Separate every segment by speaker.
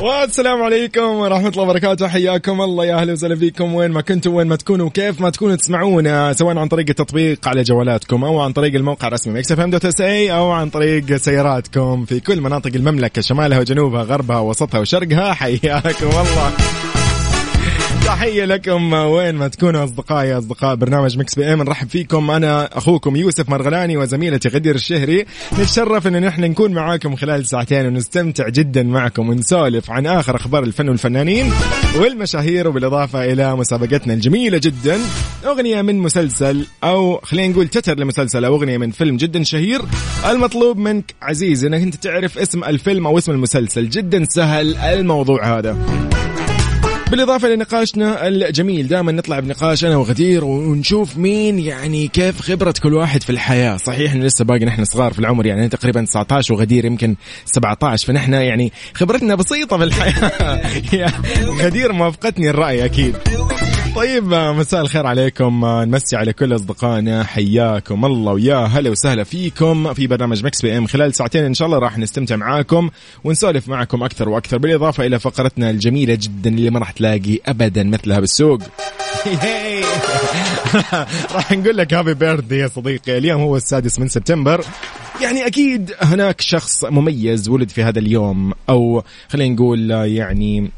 Speaker 1: والسلام عليكم ورحمة الله وبركاته حياكم الله يا أهلا وسهلا فيكم وين ما كنتم وين ما تكونوا وكيف ما تكونوا تسمعونا سواء عن طريق التطبيق على جوالاتكم أو عن طريق الموقع الرسمي ميكس اف ام دوت اس اي أو عن طريق سياراتكم في كل مناطق المملكة شمالها وجنوبها غربها وسطها وشرقها حياكم الله تحية لكم وين ما تكونوا أصدقائي أصدقاء برنامج مكس بي ام نرحب فيكم أنا أخوكم يوسف مرغلاني وزميلتي غدير الشهري نتشرف إن نحن نكون معاكم خلال ساعتين ونستمتع جدا معكم ونسولف عن آخر أخبار الفن والفنانين والمشاهير وبالإضافة إلى مسابقتنا الجميلة جدا أغنية من مسلسل أو خلينا نقول تتر لمسلسل أو أغنية من فيلم جدا شهير المطلوب منك عزيزي إنك أنت تعرف اسم الفيلم أو اسم المسلسل جدا سهل الموضوع هذا بالإضافة لنقاشنا الجميل دائما نطلع بنقاش أنا وغدير ونشوف مين يعني كيف خبرة كل واحد في الحياة صحيح إن لسه باقي نحن صغار في العمر يعني أنا تقريبا 19 وغدير يمكن 17 فنحن يعني خبرتنا بسيطة في الحياة يا غدير موافقتني الرأي أكيد طيب آه، مساء الخير عليكم آه، نمسي على كل اصدقائنا حياكم الله ويا هلا وسهلا فيكم في برنامج مكس بي ام خلال ساعتين ان شاء الله راح نستمتع معاكم ونسولف معكم اكثر واكثر بالاضافه الى فقرتنا الجميله جدا اللي ما راح تلاقي ابدا مثلها بالسوق راح نقول لك هابي بيرثدي يا صديقي اليوم هو السادس من سبتمبر يعني اكيد هناك شخص مميز ولد في هذا اليوم او خلينا نقول آه، يعني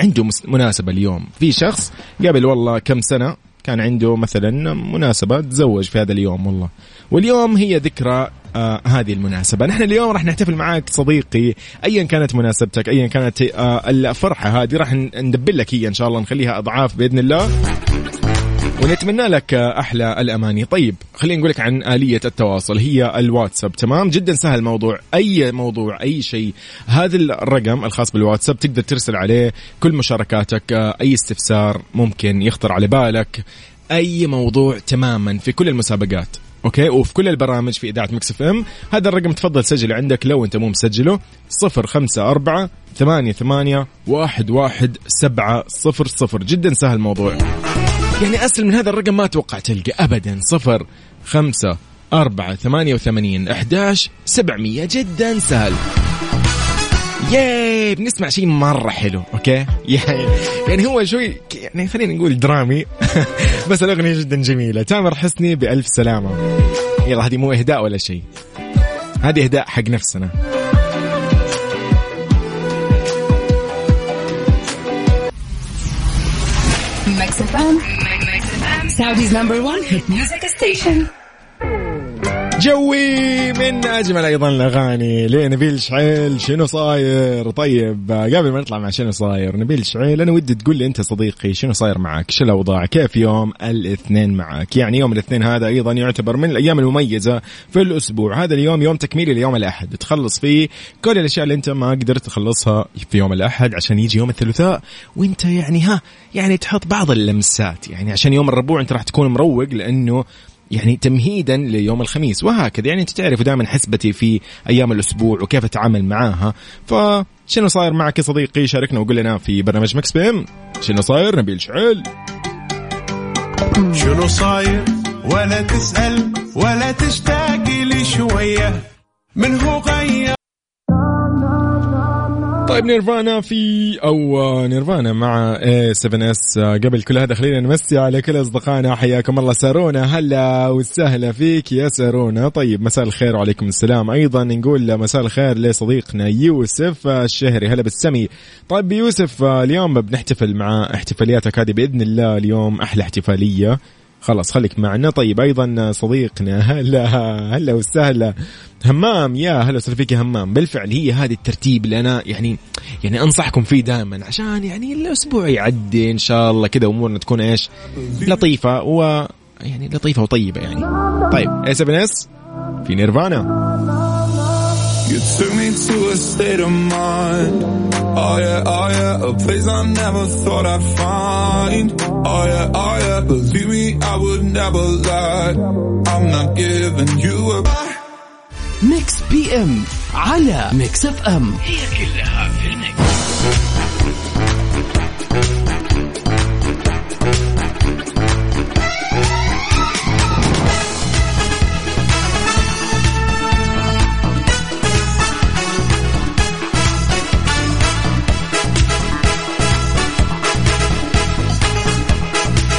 Speaker 1: عنده مس- مناسبة اليوم في شخص قبل والله كم سنة كان عنده مثلا مناسبة تزوج في هذا اليوم والله واليوم هي ذكرى آه هذه المناسبة نحن اليوم راح نحتفل معاك صديقي أيا كانت مناسبتك أيا كانت آه الفرحة هذه راح ن- ندبل لك هي إن شاء الله نخليها أضعاف بإذن الله ونتمنى لك احلى الاماني طيب خلينا نقول لك عن اليه التواصل هي الواتساب تمام جدا سهل الموضوع اي موضوع اي شيء هذا الرقم الخاص بالواتساب تقدر ترسل عليه كل مشاركاتك آه، اي استفسار ممكن يخطر على بالك اي موضوع تماما في كل المسابقات اوكي وفي كل البرامج في اذاعه مكس اف ام هذا الرقم تفضل سجله عندك لو انت مو مسجله 054 88 11700 جدا سهل الموضوع يعني أسهل من هذا الرقم ما أتوقع تلقى أبدا صفر خمسة أربعة ثمانية وثمانين أحداش سبعمية جدا سهل ياي بنسمع شيء مرة حلو أوكي يعني, يعني هو شوي يعني خلينا نقول درامي بس الأغنية جدا جميلة تامر حسني بألف سلامة يلا هذه مو إهداء ولا شيء هذه إهداء حق نفسنا
Speaker 2: ميكس اف ام سعوديز نمبر 1 هيت ميوزك ستيشن
Speaker 1: جوي من اجمل ايضا الاغاني لنبيل شعيل شنو صاير طيب آه، قبل ما نطلع مع شنو صاير نبيل شعيل انا ودي تقول لي انت صديقي شنو صاير معك شو الاوضاع كيف يوم الاثنين معك يعني يوم الاثنين هذا ايضا يعتبر من الايام المميزه في الاسبوع هذا اليوم يوم تكميلي ليوم الاحد تخلص فيه كل الاشياء اللي انت ما قدرت تخلصها في يوم الاحد عشان يجي يوم الثلاثاء وانت يعني ها يعني تحط بعض اللمسات يعني عشان يوم الربوع انت راح تكون مروق لانه يعني تمهيدا ليوم الخميس وهكذا يعني انت تعرف دائما حسبتي في ايام الاسبوع وكيف اتعامل معاها فشنو صاير معك يا صديقي شاركنا وقول لنا في برنامج مكس بيم شنو صاير نبيل شعيل
Speaker 3: شنو صاير ولا تسأل ولا تشتاق لي شوية من هو غير
Speaker 1: طيب نيرفانا في او آه، نيرفانا مع 7 اس قبل كل هذا خلينا نمسي على كل اصدقائنا حياكم الله سارونا هلا وسهلا فيك يا سارونا طيب مساء الخير وعليكم السلام ايضا نقول مساء الخير لصديقنا يوسف آه، الشهري هلا بالسمي طيب يوسف آه، اليوم بنحتفل مع احتفالياتك هذه باذن الله اليوم احلى احتفاليه خلاص خليك معنا طيب ايضا صديقنا هلا هلا وسهلا همام يا هلا وسهلا فيك يا همام بالفعل هي هذه الترتيب اللي انا يعني يعني انصحكم فيه دائما عشان يعني الاسبوع يعدي ان شاء الله كذا امورنا تكون ايش لطيفه و يعني لطيفه وطيبه يعني طيب اس ام اس في نيرفانا
Speaker 3: You took me to a state of mind. Oh yeah, oh yeah, a place I never thought I'd find. Oh yeah, oh yeah, believe me, I would never lie. I'm not giving you a bye.
Speaker 4: ميكس بي ام على ميكس اف ام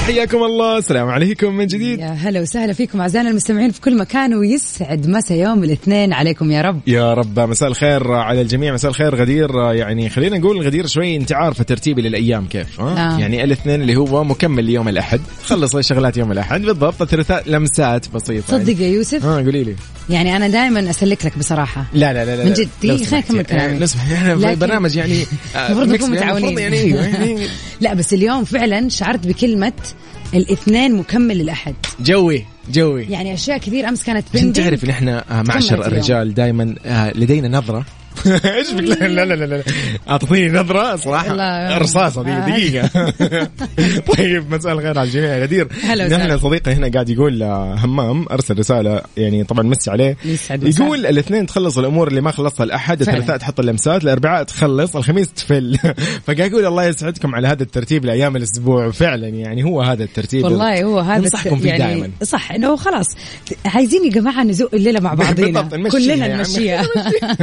Speaker 1: حياكم الله السلام عليكم من جديد
Speaker 2: يا هلا وسهلا فيكم اعزائنا المستمعين في كل مكان ويسعد مسا يوم الاثنين عليكم يا رب
Speaker 1: يا رب مساء الخير على الجميع مساء الخير غدير يعني خلينا نقول غدير شوي انت عارفه ترتيبي للايام كيف ها؟
Speaker 2: آه.
Speaker 1: يعني الاثنين اللي هو مكمل ليوم الاحد خلص شغلات يوم الاحد بالضبط الثلاثاء لمسات بسيطه
Speaker 2: تصدق يا يوسف
Speaker 1: ها قولي لي
Speaker 2: يعني انا دائما اسلك لك بصراحه
Speaker 1: لا لا لا لا
Speaker 2: من جد؟
Speaker 1: لو
Speaker 2: إيه،
Speaker 1: سمحتي.
Speaker 2: خلينا نكمل كلامنا.
Speaker 1: آه، نسمع احنا في
Speaker 2: لكن-
Speaker 1: برنامج يعني آه،
Speaker 2: المفروض
Speaker 1: ميكس
Speaker 2: نكون
Speaker 1: يعني
Speaker 2: متعاونين
Speaker 1: المفروض يعني أيوة، يعني
Speaker 2: لا بس اليوم فعلا شعرت بكلمه الاثنين مكمل الاحد
Speaker 1: جوي جوي
Speaker 2: يعني اشياء كثير امس كانت
Speaker 1: عشان
Speaker 2: pending.
Speaker 1: تعرف ان احنا آه، معشر
Speaker 2: كملت اليوم.
Speaker 1: الرجال دائما لدينا نظره ايش بك لا لا لا لا اعطيني نظره صراحه
Speaker 2: والله.
Speaker 1: رصاصه دي
Speaker 2: آه.
Speaker 1: دقيقه طيب مساء الخير على الجميع يا غدير
Speaker 2: هلا وسهلا.
Speaker 1: نحن صديقي هنا قاعد يقول آه، همام ارسل رساله يعني طبعا مسي عليه
Speaker 2: يسعد مساك.
Speaker 1: يقول الاثنين تخلص الامور اللي ما خلصتها الاحد
Speaker 2: فعلاً.
Speaker 1: الثلاثاء تحط اللمسات الاربعاء تخلص الخميس تفل فقاعد يقول الله يسعدكم على هذا الترتيب لايام الاسبوع فعلا يعني هو هذا الترتيب
Speaker 2: والله هو هذا يعني
Speaker 1: ننصحكم فيه دائما
Speaker 2: صح انه خلاص عايزين يا جماعه نزق الليله مع بعضينا
Speaker 1: بالضبط، نمشيها يعني. يا
Speaker 2: كلنا
Speaker 1: عمي.
Speaker 2: نمشيها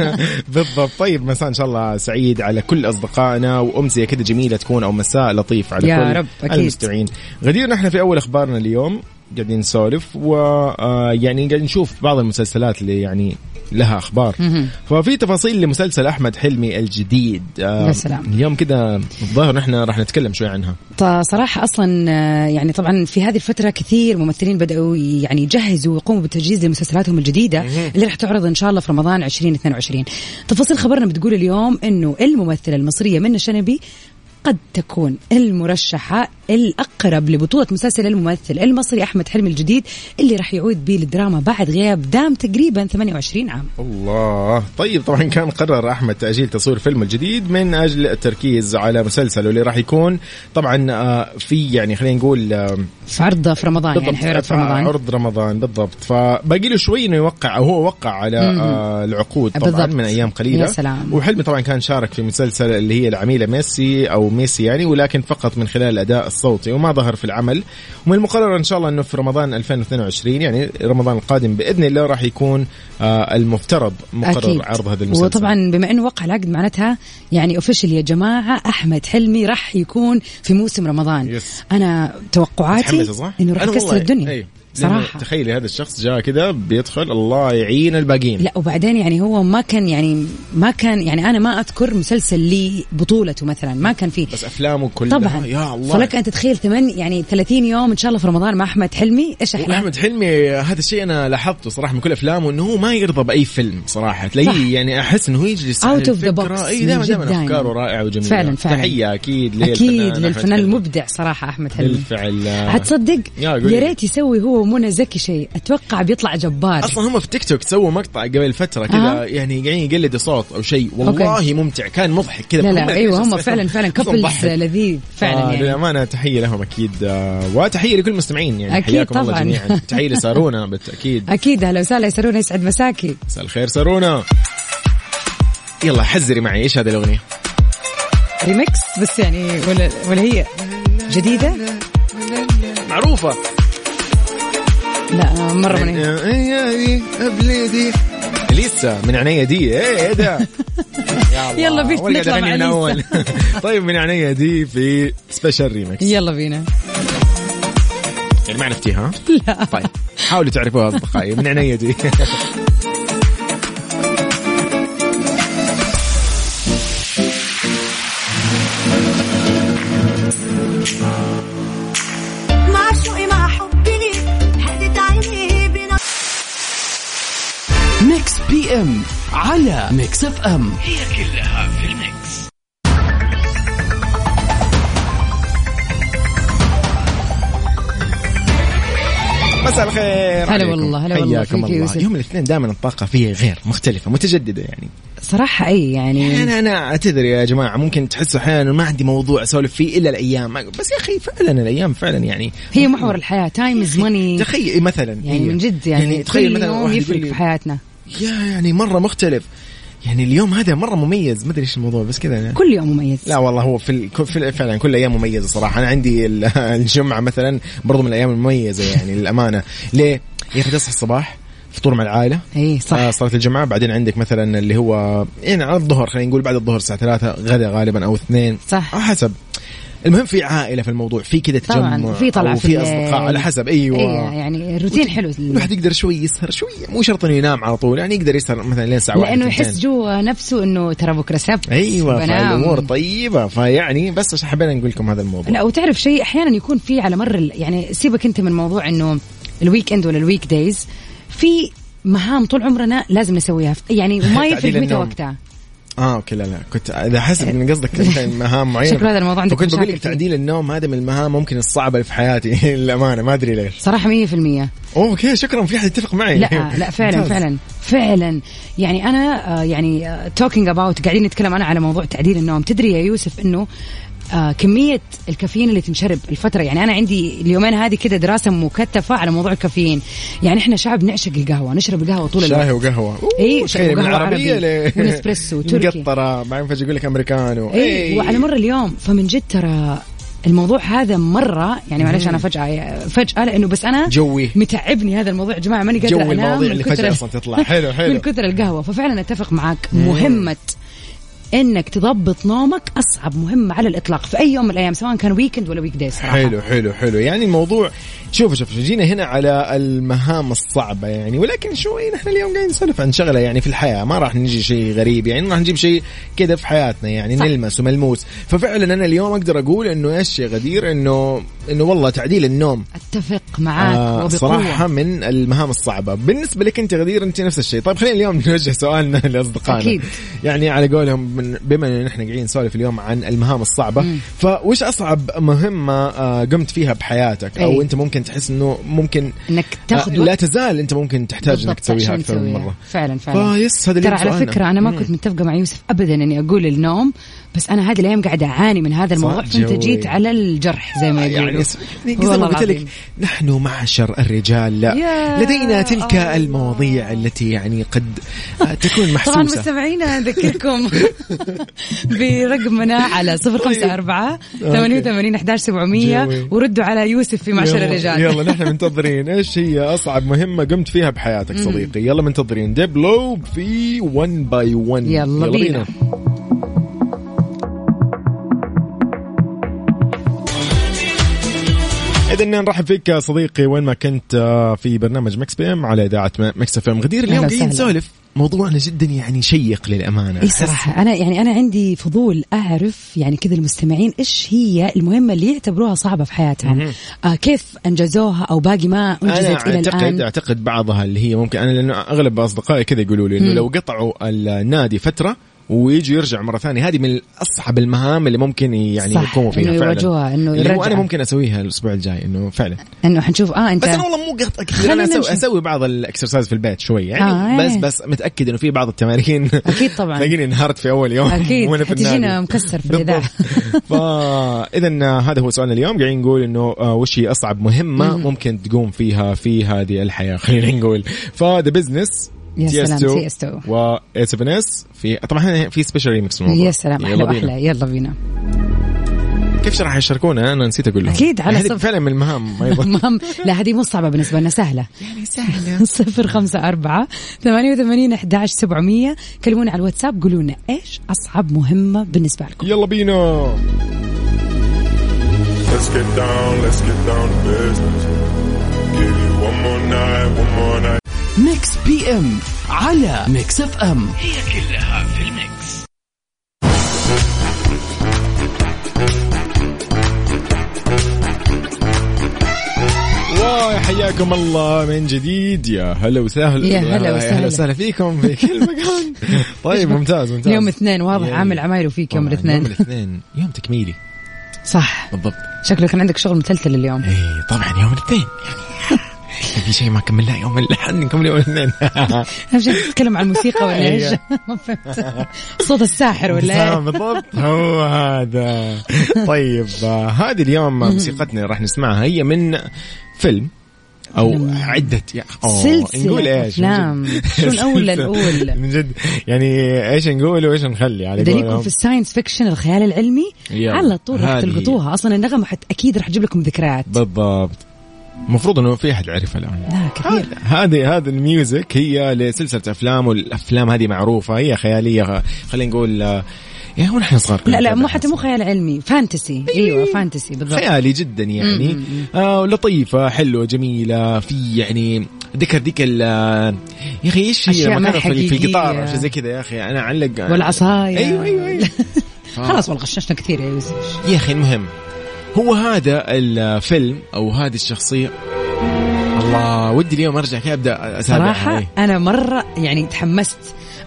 Speaker 1: بالضبط طيب مساء ان شاء الله سعيد على كل اصدقائنا وامسيه كده جميله تكون او مساء لطيف على
Speaker 2: يا
Speaker 1: كل
Speaker 2: رب، أكيد.
Speaker 1: المستمعين غدير نحن في اول اخبارنا اليوم قاعدين نسولف ويعني قاعد نشوف بعض المسلسلات اللي يعني لها اخبار ففي تفاصيل لمسلسل احمد حلمي الجديد آه،
Speaker 2: يا سلام.
Speaker 1: اليوم كده الظاهر نحن راح نتكلم شوي عنها
Speaker 2: ط- صراحة أصلا آه، يعني طبعا في هذه الفترة كثير ممثلين بدأوا ي- يعني يجهزوا ويقوموا بتجهيز لمسلسلاتهم الجديدة اللي راح تعرض إن شاء الله في رمضان 2022 تفاصيل خبرنا بتقول اليوم أنه الممثلة المصرية منى الشنبي قد تكون المرشحة الأقرب لبطولة مسلسل الممثل المصري أحمد حلمي الجديد اللي راح يعود به للدراما بعد غياب دام تقريبا 28 عام
Speaker 1: الله طيب طبعا كان قرر احمد تاجيل تصوير فيلم الجديد من اجل التركيز على مسلسله اللي راح يكون طبعا آه، في يعني خلينا نقول آه،
Speaker 2: في عرضه في رمضان يعني حيعرض في رمضان
Speaker 1: عرض رمضان بالضبط فباقي له شوي انه يوقع او هو وقع على آه، العقود طبعا
Speaker 2: بالضبط.
Speaker 1: من ايام قليله
Speaker 2: يا سلام.
Speaker 1: وحلمي طبعا كان شارك في مسلسل اللي هي العميله ميسي او ميسي يعني ولكن فقط من خلال الاداء الصوتي وما ظهر في العمل ومن المقرر ان شاء الله انه في رمضان 2022 يعني رمضان القادم باذن الله راح يكون آه، المفترض مقرر
Speaker 2: أكيد.
Speaker 1: عرض هذا المسلسل
Speaker 2: وطبعا بما انه وقع العقد معناتها يعني اوفيشل يا جماعه احمد حلمي راح يكون في موسم رمضان
Speaker 1: يس.
Speaker 2: انا توقعاتي
Speaker 1: متحمسة صح؟
Speaker 2: انه راح
Speaker 1: أنا
Speaker 2: يكسر
Speaker 1: والله-
Speaker 2: الدنيا
Speaker 1: أي. لأنه
Speaker 2: صراحه
Speaker 1: تخيلي هذا الشخص جاء كذا بيدخل الله يعين الباقيين
Speaker 2: لا وبعدين يعني هو ما كان يعني ما كان يعني انا ما اذكر مسلسل لي بطولته مثلا ما كان فيه
Speaker 1: بس افلامه كلها
Speaker 2: طبعا
Speaker 1: يا الله
Speaker 2: فلك ان تتخيل ثمان يعني 30 يوم ان شاء الله في رمضان مع احمد حلمي ايش احلى
Speaker 1: احمد حلمي هذا الشيء انا لاحظته صراحه من كل افلامه انه هو ما يرضى باي فيلم صراحه
Speaker 2: صح.
Speaker 1: تلاقيه يعني احس انه هو يجلس على
Speaker 2: Out of the
Speaker 1: الفكرة.
Speaker 2: box.
Speaker 1: إيه، اي
Speaker 2: من
Speaker 1: دائما
Speaker 2: جد
Speaker 1: دائما
Speaker 2: دايماً.
Speaker 1: افكاره رائعه وجميله
Speaker 2: فعلا فعلا
Speaker 1: تحيه اكيد للفنان
Speaker 2: اكيد
Speaker 1: أحمد
Speaker 2: للفنان
Speaker 1: حلمي.
Speaker 2: المبدع صراحه احمد حلمي
Speaker 1: بالفعل
Speaker 2: هتصدق
Speaker 1: يا قولي.
Speaker 2: يا ريت يسوي هو ومنى زكي شيء اتوقع بيطلع جبار
Speaker 1: اصلا هم في تيك توك سووا مقطع قبل فتره كذا
Speaker 2: آه.
Speaker 1: يعني قاعدين يقلدوا صوت او شيء والله
Speaker 2: أوكي.
Speaker 1: ممتع كان مضحك كذا
Speaker 2: لا
Speaker 1: هم
Speaker 2: لا ايوه هم
Speaker 1: أساساً-
Speaker 2: فعلا فعلا
Speaker 1: أساساً
Speaker 2: كابلز
Speaker 1: ضحك.
Speaker 2: لذيذ فعلا
Speaker 1: آه
Speaker 2: يعني
Speaker 1: للأمانة تحية لهم أكيد آه وتحية لكل المستمعين يعني
Speaker 2: أكيد
Speaker 1: حياكم الله
Speaker 2: طبعاً.
Speaker 1: جميعا تحية لسارونا بالتأكيد
Speaker 2: اكيد هلا وسهلا يا سارونا يسعد مساكي
Speaker 1: مساء الخير سارونا يلا حزري معي ايش هذه الأغنية؟
Speaker 2: ريمكس بس يعني ولا ولا هي جديده؟
Speaker 1: معروفة
Speaker 2: لا أنا مره من
Speaker 1: ابليدي لسه من عينيا دي ايه إيه ده الله.
Speaker 2: يلا بينا
Speaker 1: ولا قاعد
Speaker 2: نطلع
Speaker 1: أغني
Speaker 2: مع
Speaker 1: من
Speaker 2: لسه.
Speaker 1: أول. طيب من عينيا دي في سبيشال ريمكس
Speaker 2: يلا بينا
Speaker 1: يعني ما عرفتيها؟ لا طيب حاولوا تعرفوها اصدقائي من عينيا دي
Speaker 5: معشوقي مع حبي ليك حدت عيني بنا
Speaker 4: ميكس بي ام على ميكس اف ام
Speaker 1: مساء الخير
Speaker 2: هلا
Speaker 1: عليكم.
Speaker 2: والله، هلا والله،
Speaker 1: حياكم
Speaker 2: فيك يا
Speaker 1: الله
Speaker 2: يوسف.
Speaker 1: يوم الاثنين دائما الطاقه فيه غير مختلفه متجدده يعني
Speaker 2: صراحه اي يعني
Speaker 1: انا انا اعتذر يا جماعه ممكن تحسوا احيانا ما عندي موضوع اسولف فيه الا الايام بس يا اخي فعلا الايام فعلا يعني
Speaker 2: هي محور الحياه تايم از ماني
Speaker 1: تخيل إيه، مثلا
Speaker 2: يعني
Speaker 1: هي-
Speaker 2: من جد يعني,
Speaker 1: تخيل مثلا
Speaker 2: يوم
Speaker 1: واحد يقول
Speaker 2: يفرق
Speaker 1: لي،
Speaker 2: في حياتنا
Speaker 1: يا يعني مره مختلف يعني اليوم هذا مره مميز ما ادري ايش الموضوع بس كذا يعني.
Speaker 2: كل يوم مميز
Speaker 1: لا والله هو في, ال... في ال... فعلا كل ايام مميزه صراحه انا عندي ال... الجمعه مثلا برضو من الايام المميزه يعني للامانه ليه يا اخي تصحى الصباح فطور مع العائله
Speaker 2: اي إيه، صح
Speaker 1: آه صلاه الجمعه بعدين عندك مثلا اللي هو يعني على الظهر خلينا نقول بعد الظهر الساعه 3 غدا غالبا او اثنين
Speaker 2: صح.
Speaker 1: على حسب المهم في عائله في الموضوع في كذا تجمع
Speaker 2: طبعاً، وفي طلعة
Speaker 1: أو
Speaker 2: في
Speaker 1: في
Speaker 2: الليل.
Speaker 1: اصدقاء على حسب ايوه
Speaker 2: ايوه يعني الروتين حلو
Speaker 1: الواحد يقدر شوي يسهر شوي مو شرط انه ينام على طول يعني يقدر يسهر مثلا لين الساعه واحد،
Speaker 2: لانه
Speaker 1: اثنين.
Speaker 2: يحس جوا نفسه انه ترى بكره سبت
Speaker 1: ايوه
Speaker 2: بنام.
Speaker 1: فالامور طيبه فيعني بس عشان حبينا نقول لكم هذا الموضوع
Speaker 2: لا وتعرف شيء احيانا يكون في على مر ال- يعني سيبك انت من موضوع انه الويك اند ولا الويك دايز في مهام طول عمرنا لازم نسويها يعني ما
Speaker 1: تعديل
Speaker 2: يفرق متى
Speaker 1: النوم.
Speaker 2: وقتها
Speaker 1: اه اوكي لا لا كنت اذا حسب ان قصدك كان مهام معينه
Speaker 2: شكله هذا الموضوع عندك
Speaker 1: فكنت بقول
Speaker 2: مشاكل
Speaker 1: لك
Speaker 2: فيه.
Speaker 1: تعديل النوم هذا من المهام ممكن الصعبه اللي في حياتي للامانه ما ادري ليش
Speaker 2: صراحه 100%
Speaker 1: اوكي شكرا في احد يتفق معي
Speaker 2: لا لا فعلا
Speaker 1: إيه. ممتاز.
Speaker 2: فعلا فعلا يعني انا آه، يعني توكينج اباوت قاعدين نتكلم انا على موضوع تعديل النوم تدري يا يوسف انه آه، كمية الكافيين اللي تنشرب الفترة يعني أنا عندي اليومين هذه كده دراسة مكثفة على موضوع الكافيين يعني إحنا شعب نعشق القهوة نشرب القهوة طول الوقت
Speaker 1: شاي وقهوه أوه،
Speaker 2: إيه، شاي
Speaker 1: تخيل من
Speaker 2: وقهوة
Speaker 1: عربيه
Speaker 2: عربي
Speaker 1: ل-
Speaker 2: ونسبريسو تركي.
Speaker 1: مقطره بعدين فجاه يقول لك إيه. امريكانو
Speaker 2: اي إيه، وعلى مر اليوم فمن جد ترى الموضوع هذا مره يعني معلش انا فجاه فجاه لانه بس انا
Speaker 1: جوي.
Speaker 2: متعبني هذا الموضوع يا جماعه ماني قادر
Speaker 1: جو
Speaker 2: انام
Speaker 1: المواضيع
Speaker 2: من
Speaker 1: اللي
Speaker 2: كثر-
Speaker 1: فجأة أصلاً تطلع. حلو، حلو.
Speaker 2: من كثر القهوه ففعلا اتفق معك مهمه انك تضبط نومك اصعب مهمه على الاطلاق في اي يوم من الايام سواء كان ويكند ولا ويك داي صراحه
Speaker 1: حلو حلو حلو يعني الموضوع شوف شوف جينا هنا على المهام الصعبه يعني ولكن شوي نحن اليوم قاعدين نسولف عن شغله يعني في الحياه ما راح نجي شيء غريب يعني راح نجيب شيء كذا في حياتنا يعني
Speaker 2: صح.
Speaker 1: صح. نلمس وملموس ففعلا انا اليوم اقدر اقول انه ايش يا غدير انه انه والله تعديل النوم
Speaker 2: اتفق معك
Speaker 1: آه،
Speaker 2: وبقوه
Speaker 1: صراحة من المهام الصعبة بالنسبة لك أنت غدير أنت نفس الشيء طيب خلينا اليوم نوجه سؤالنا لأصدقائنا
Speaker 2: أكيد.
Speaker 1: يعني على قولهم من بما أن نحن قاعدين نسولف اليوم عن المهام الصعبة فوش أصعب مهمة آه، قمت فيها بحياتك
Speaker 2: أي.
Speaker 1: أو أنت ممكن تحس أنه ممكن
Speaker 2: انك إيه. تاخذ
Speaker 1: آه، لا تزال أنت ممكن تحتاج أنك
Speaker 2: بالضبط عشان
Speaker 1: تسويها أكثر من
Speaker 2: تسويها.
Speaker 1: مرة
Speaker 2: فعلا فعلا
Speaker 1: فيس هذا
Speaker 2: ترى
Speaker 1: اليوم
Speaker 2: على
Speaker 1: سؤالنا.
Speaker 2: فكرة أنا ما
Speaker 1: مم.
Speaker 2: كنت متفقة مع يوسف أبدا إني أقول النوم بس أنا هذه الأيام قاعدة أعاني من هذا الموضوع فأنت
Speaker 1: جوي.
Speaker 2: جيت على الجرح زي ما يقولوا
Speaker 1: يعني يعني
Speaker 2: والله
Speaker 1: قصة قلت لك
Speaker 2: العظيم.
Speaker 1: نحن معشر الرجال
Speaker 2: يا
Speaker 1: لا لدينا تلك
Speaker 2: الله.
Speaker 1: المواضيع التي يعني قد آه، تكون محسوسة
Speaker 2: طبعا مستمعينا أذكركم برقمنا على صفر خمسة أربعة ثمانية وثمانين أحداش سبعمية
Speaker 1: طيب. جوي.
Speaker 2: وردوا على يوسف في معشر
Speaker 1: يلا-
Speaker 2: الرجال
Speaker 1: يلا نحن منتظرين ايش هي اصعب مهمه قمت فيها بحياتك صديقي يلا منتظرين ديبلو في 1 باي 1
Speaker 2: يلا بينا
Speaker 1: اذا نرحب فيك يا صديقي وين ما كنت آه، في برنامج مكس بي ام على اذاعه مكس اف ام غدير اليوم
Speaker 2: أهلا
Speaker 1: قاعدين
Speaker 2: وسهلا.
Speaker 1: نسولف موضوعنا جدا يعني شيق للامانه
Speaker 2: اي
Speaker 1: أحس-
Speaker 2: صراحة أنا يعني أنا عندي فضول أعرف يعني كذا المستمعين إيش هي المهمة اللي يعتبروها صعبة في حياتهم آه كيف أنجزوها أو باقي ما
Speaker 1: انا
Speaker 2: أنجزت إلى
Speaker 1: اعتقد
Speaker 2: الآن
Speaker 1: اعتقد بعضها اللي هي ممكن انا لانه اغلب اصدقائي كذا يقولوا لي انه لو قطعوا النادي فتره ويجوا يرجع مره ثانيه هذه من اصعب المهام اللي ممكن يعني
Speaker 2: صح،
Speaker 1: يقوموا فيها
Speaker 2: إنه
Speaker 1: فعلا
Speaker 2: يواجهوها، إنه
Speaker 1: اللي هو
Speaker 2: يرجع.
Speaker 1: انا ممكن اسويها الاسبوع الجاي انه فعلا
Speaker 2: إنه حنشوف آه أنت
Speaker 1: بس انا والله مو قطع كثير
Speaker 2: خلينا
Speaker 1: انا اسوي
Speaker 2: نمشي.
Speaker 1: اسوي بعض الاكسرسايز في البيت شوي
Speaker 2: آه،
Speaker 1: يعني
Speaker 2: إيه.
Speaker 1: بس بس متاكد انه في بعض التمارين
Speaker 2: أكيد طبعاً.
Speaker 1: تلاقيني انهارت في اول يوم
Speaker 2: أكيد،
Speaker 1: وانا في
Speaker 2: حتجينا
Speaker 1: النادي.
Speaker 2: مكسر في الإذاعة.
Speaker 1: بالضبط. فاذا آه، هذا هو سؤالنا اليوم قاعدين نقول انه آه، وش هي اصعب مهمه ممكن تقوم فيها في هذه الحياه خلينا نقول فذا بزنس
Speaker 2: يا سلام، TS2.
Speaker 1: و 7 اس في طبعا هنا في سبيشال ريمكس الموضوع
Speaker 2: يا سلام احلى واحلى يلا بينا
Speaker 1: كيف راح يشاركونا انا نسيت اقول لهم
Speaker 2: أكيد، على
Speaker 1: هذه
Speaker 2: صف-
Speaker 1: فعلا من المهام ايضا
Speaker 2: مهم لا هذه مو صعبة بالنسبة لنا سهلة يعني سهلة صفر خمسة أربعة ثمانية وثمانين أحداش سبعمية كلمونا على الواتساب قولوا لنا إيش أصعب مهمة بالنسبة لكم
Speaker 1: يلا بينا
Speaker 3: Let's get down, let's get down to business. Give you one more night, one more night.
Speaker 4: ميكس بي ام على ميكس اف ام
Speaker 1: وحياكم الله من جديد يا هلا وسهلا
Speaker 2: يا هلا وسهلا.
Speaker 1: هلا وسهلا فيكم في كل مكان طيب ممتاز ممتاز
Speaker 2: يوم اثنين واضح
Speaker 1: يا-
Speaker 2: عامل عمايله فيك يوم
Speaker 1: طبعاً،
Speaker 2: الاثنين
Speaker 1: يوم الاثنين يوم تكميلي
Speaker 2: صح
Speaker 1: بالضبط إيه،
Speaker 2: شكله كان عندك شغل متلتل اليوم
Speaker 1: اي طبعا يوم الاثنين يعني في شيء ما كملناه يوم الاحد نكمل يوم الاثنين
Speaker 2: اهم شيء تتكلم عن الموسيقى ولا ايش؟
Speaker 1: أيوه.
Speaker 2: ما
Speaker 1: إيه.
Speaker 2: فهمت صوت الساحر ولا
Speaker 1: آه،
Speaker 2: ايه؟
Speaker 1: بالضبط هو هذا طيب آه، هذه اليوم موسيقتنا اللي راح نسمعها هي من فيلم او عدة يا- أوه،
Speaker 2: سلسلة
Speaker 1: نقول ايش
Speaker 2: أفلام. شو الأول للأول؟
Speaker 1: من جد يعني ايش نقول وايش نخلي يعني على
Speaker 2: دليلكم
Speaker 1: قولهم.
Speaker 2: في الساينس فيكشن الخيال العلمي
Speaker 1: إيوه، يلا.
Speaker 2: على طول راح
Speaker 1: هذه.
Speaker 2: تلقطوها اصلا النغمه حت اكيد راح تجيب لكم ذكريات
Speaker 1: بالضبط المفروض انه في احد عرفها الان
Speaker 2: لا كثير
Speaker 1: هذا- هذه هذا الميوزك هي لسلسله افلام والافلام هذه معروفه هي خياليه خ- خلينا نقول آه، يا هو نحن صغار كنا
Speaker 2: لا لا مو
Speaker 1: نتابعها
Speaker 2: حتى مو
Speaker 1: أصلاً.
Speaker 2: خيال علمي فانتسي
Speaker 1: أيوة.
Speaker 2: ايوه فانتسي بالضبط
Speaker 1: خيالي جدا يعني آه لطيفه حلوه جميله في يعني ذكر ذيك ال آه، يا اخي ايش هي
Speaker 2: أشياء
Speaker 1: لما
Speaker 2: ما
Speaker 1: كانوا في, في
Speaker 2: حقيقية.
Speaker 1: القطار او شيء زي كذا يا اخي انا اعلق
Speaker 2: والعصاية
Speaker 1: ايوه ايوه, أيوة.
Speaker 2: خلاص والله غششنا كثير يا يوسف
Speaker 1: يا اخي المهم هو هذا الفيلم او هذه الشخصيه الله ودي اليوم ارجع كذا ابدا اتابعها
Speaker 2: صراحة
Speaker 1: إيه.
Speaker 2: أنا مرة يعني تحمست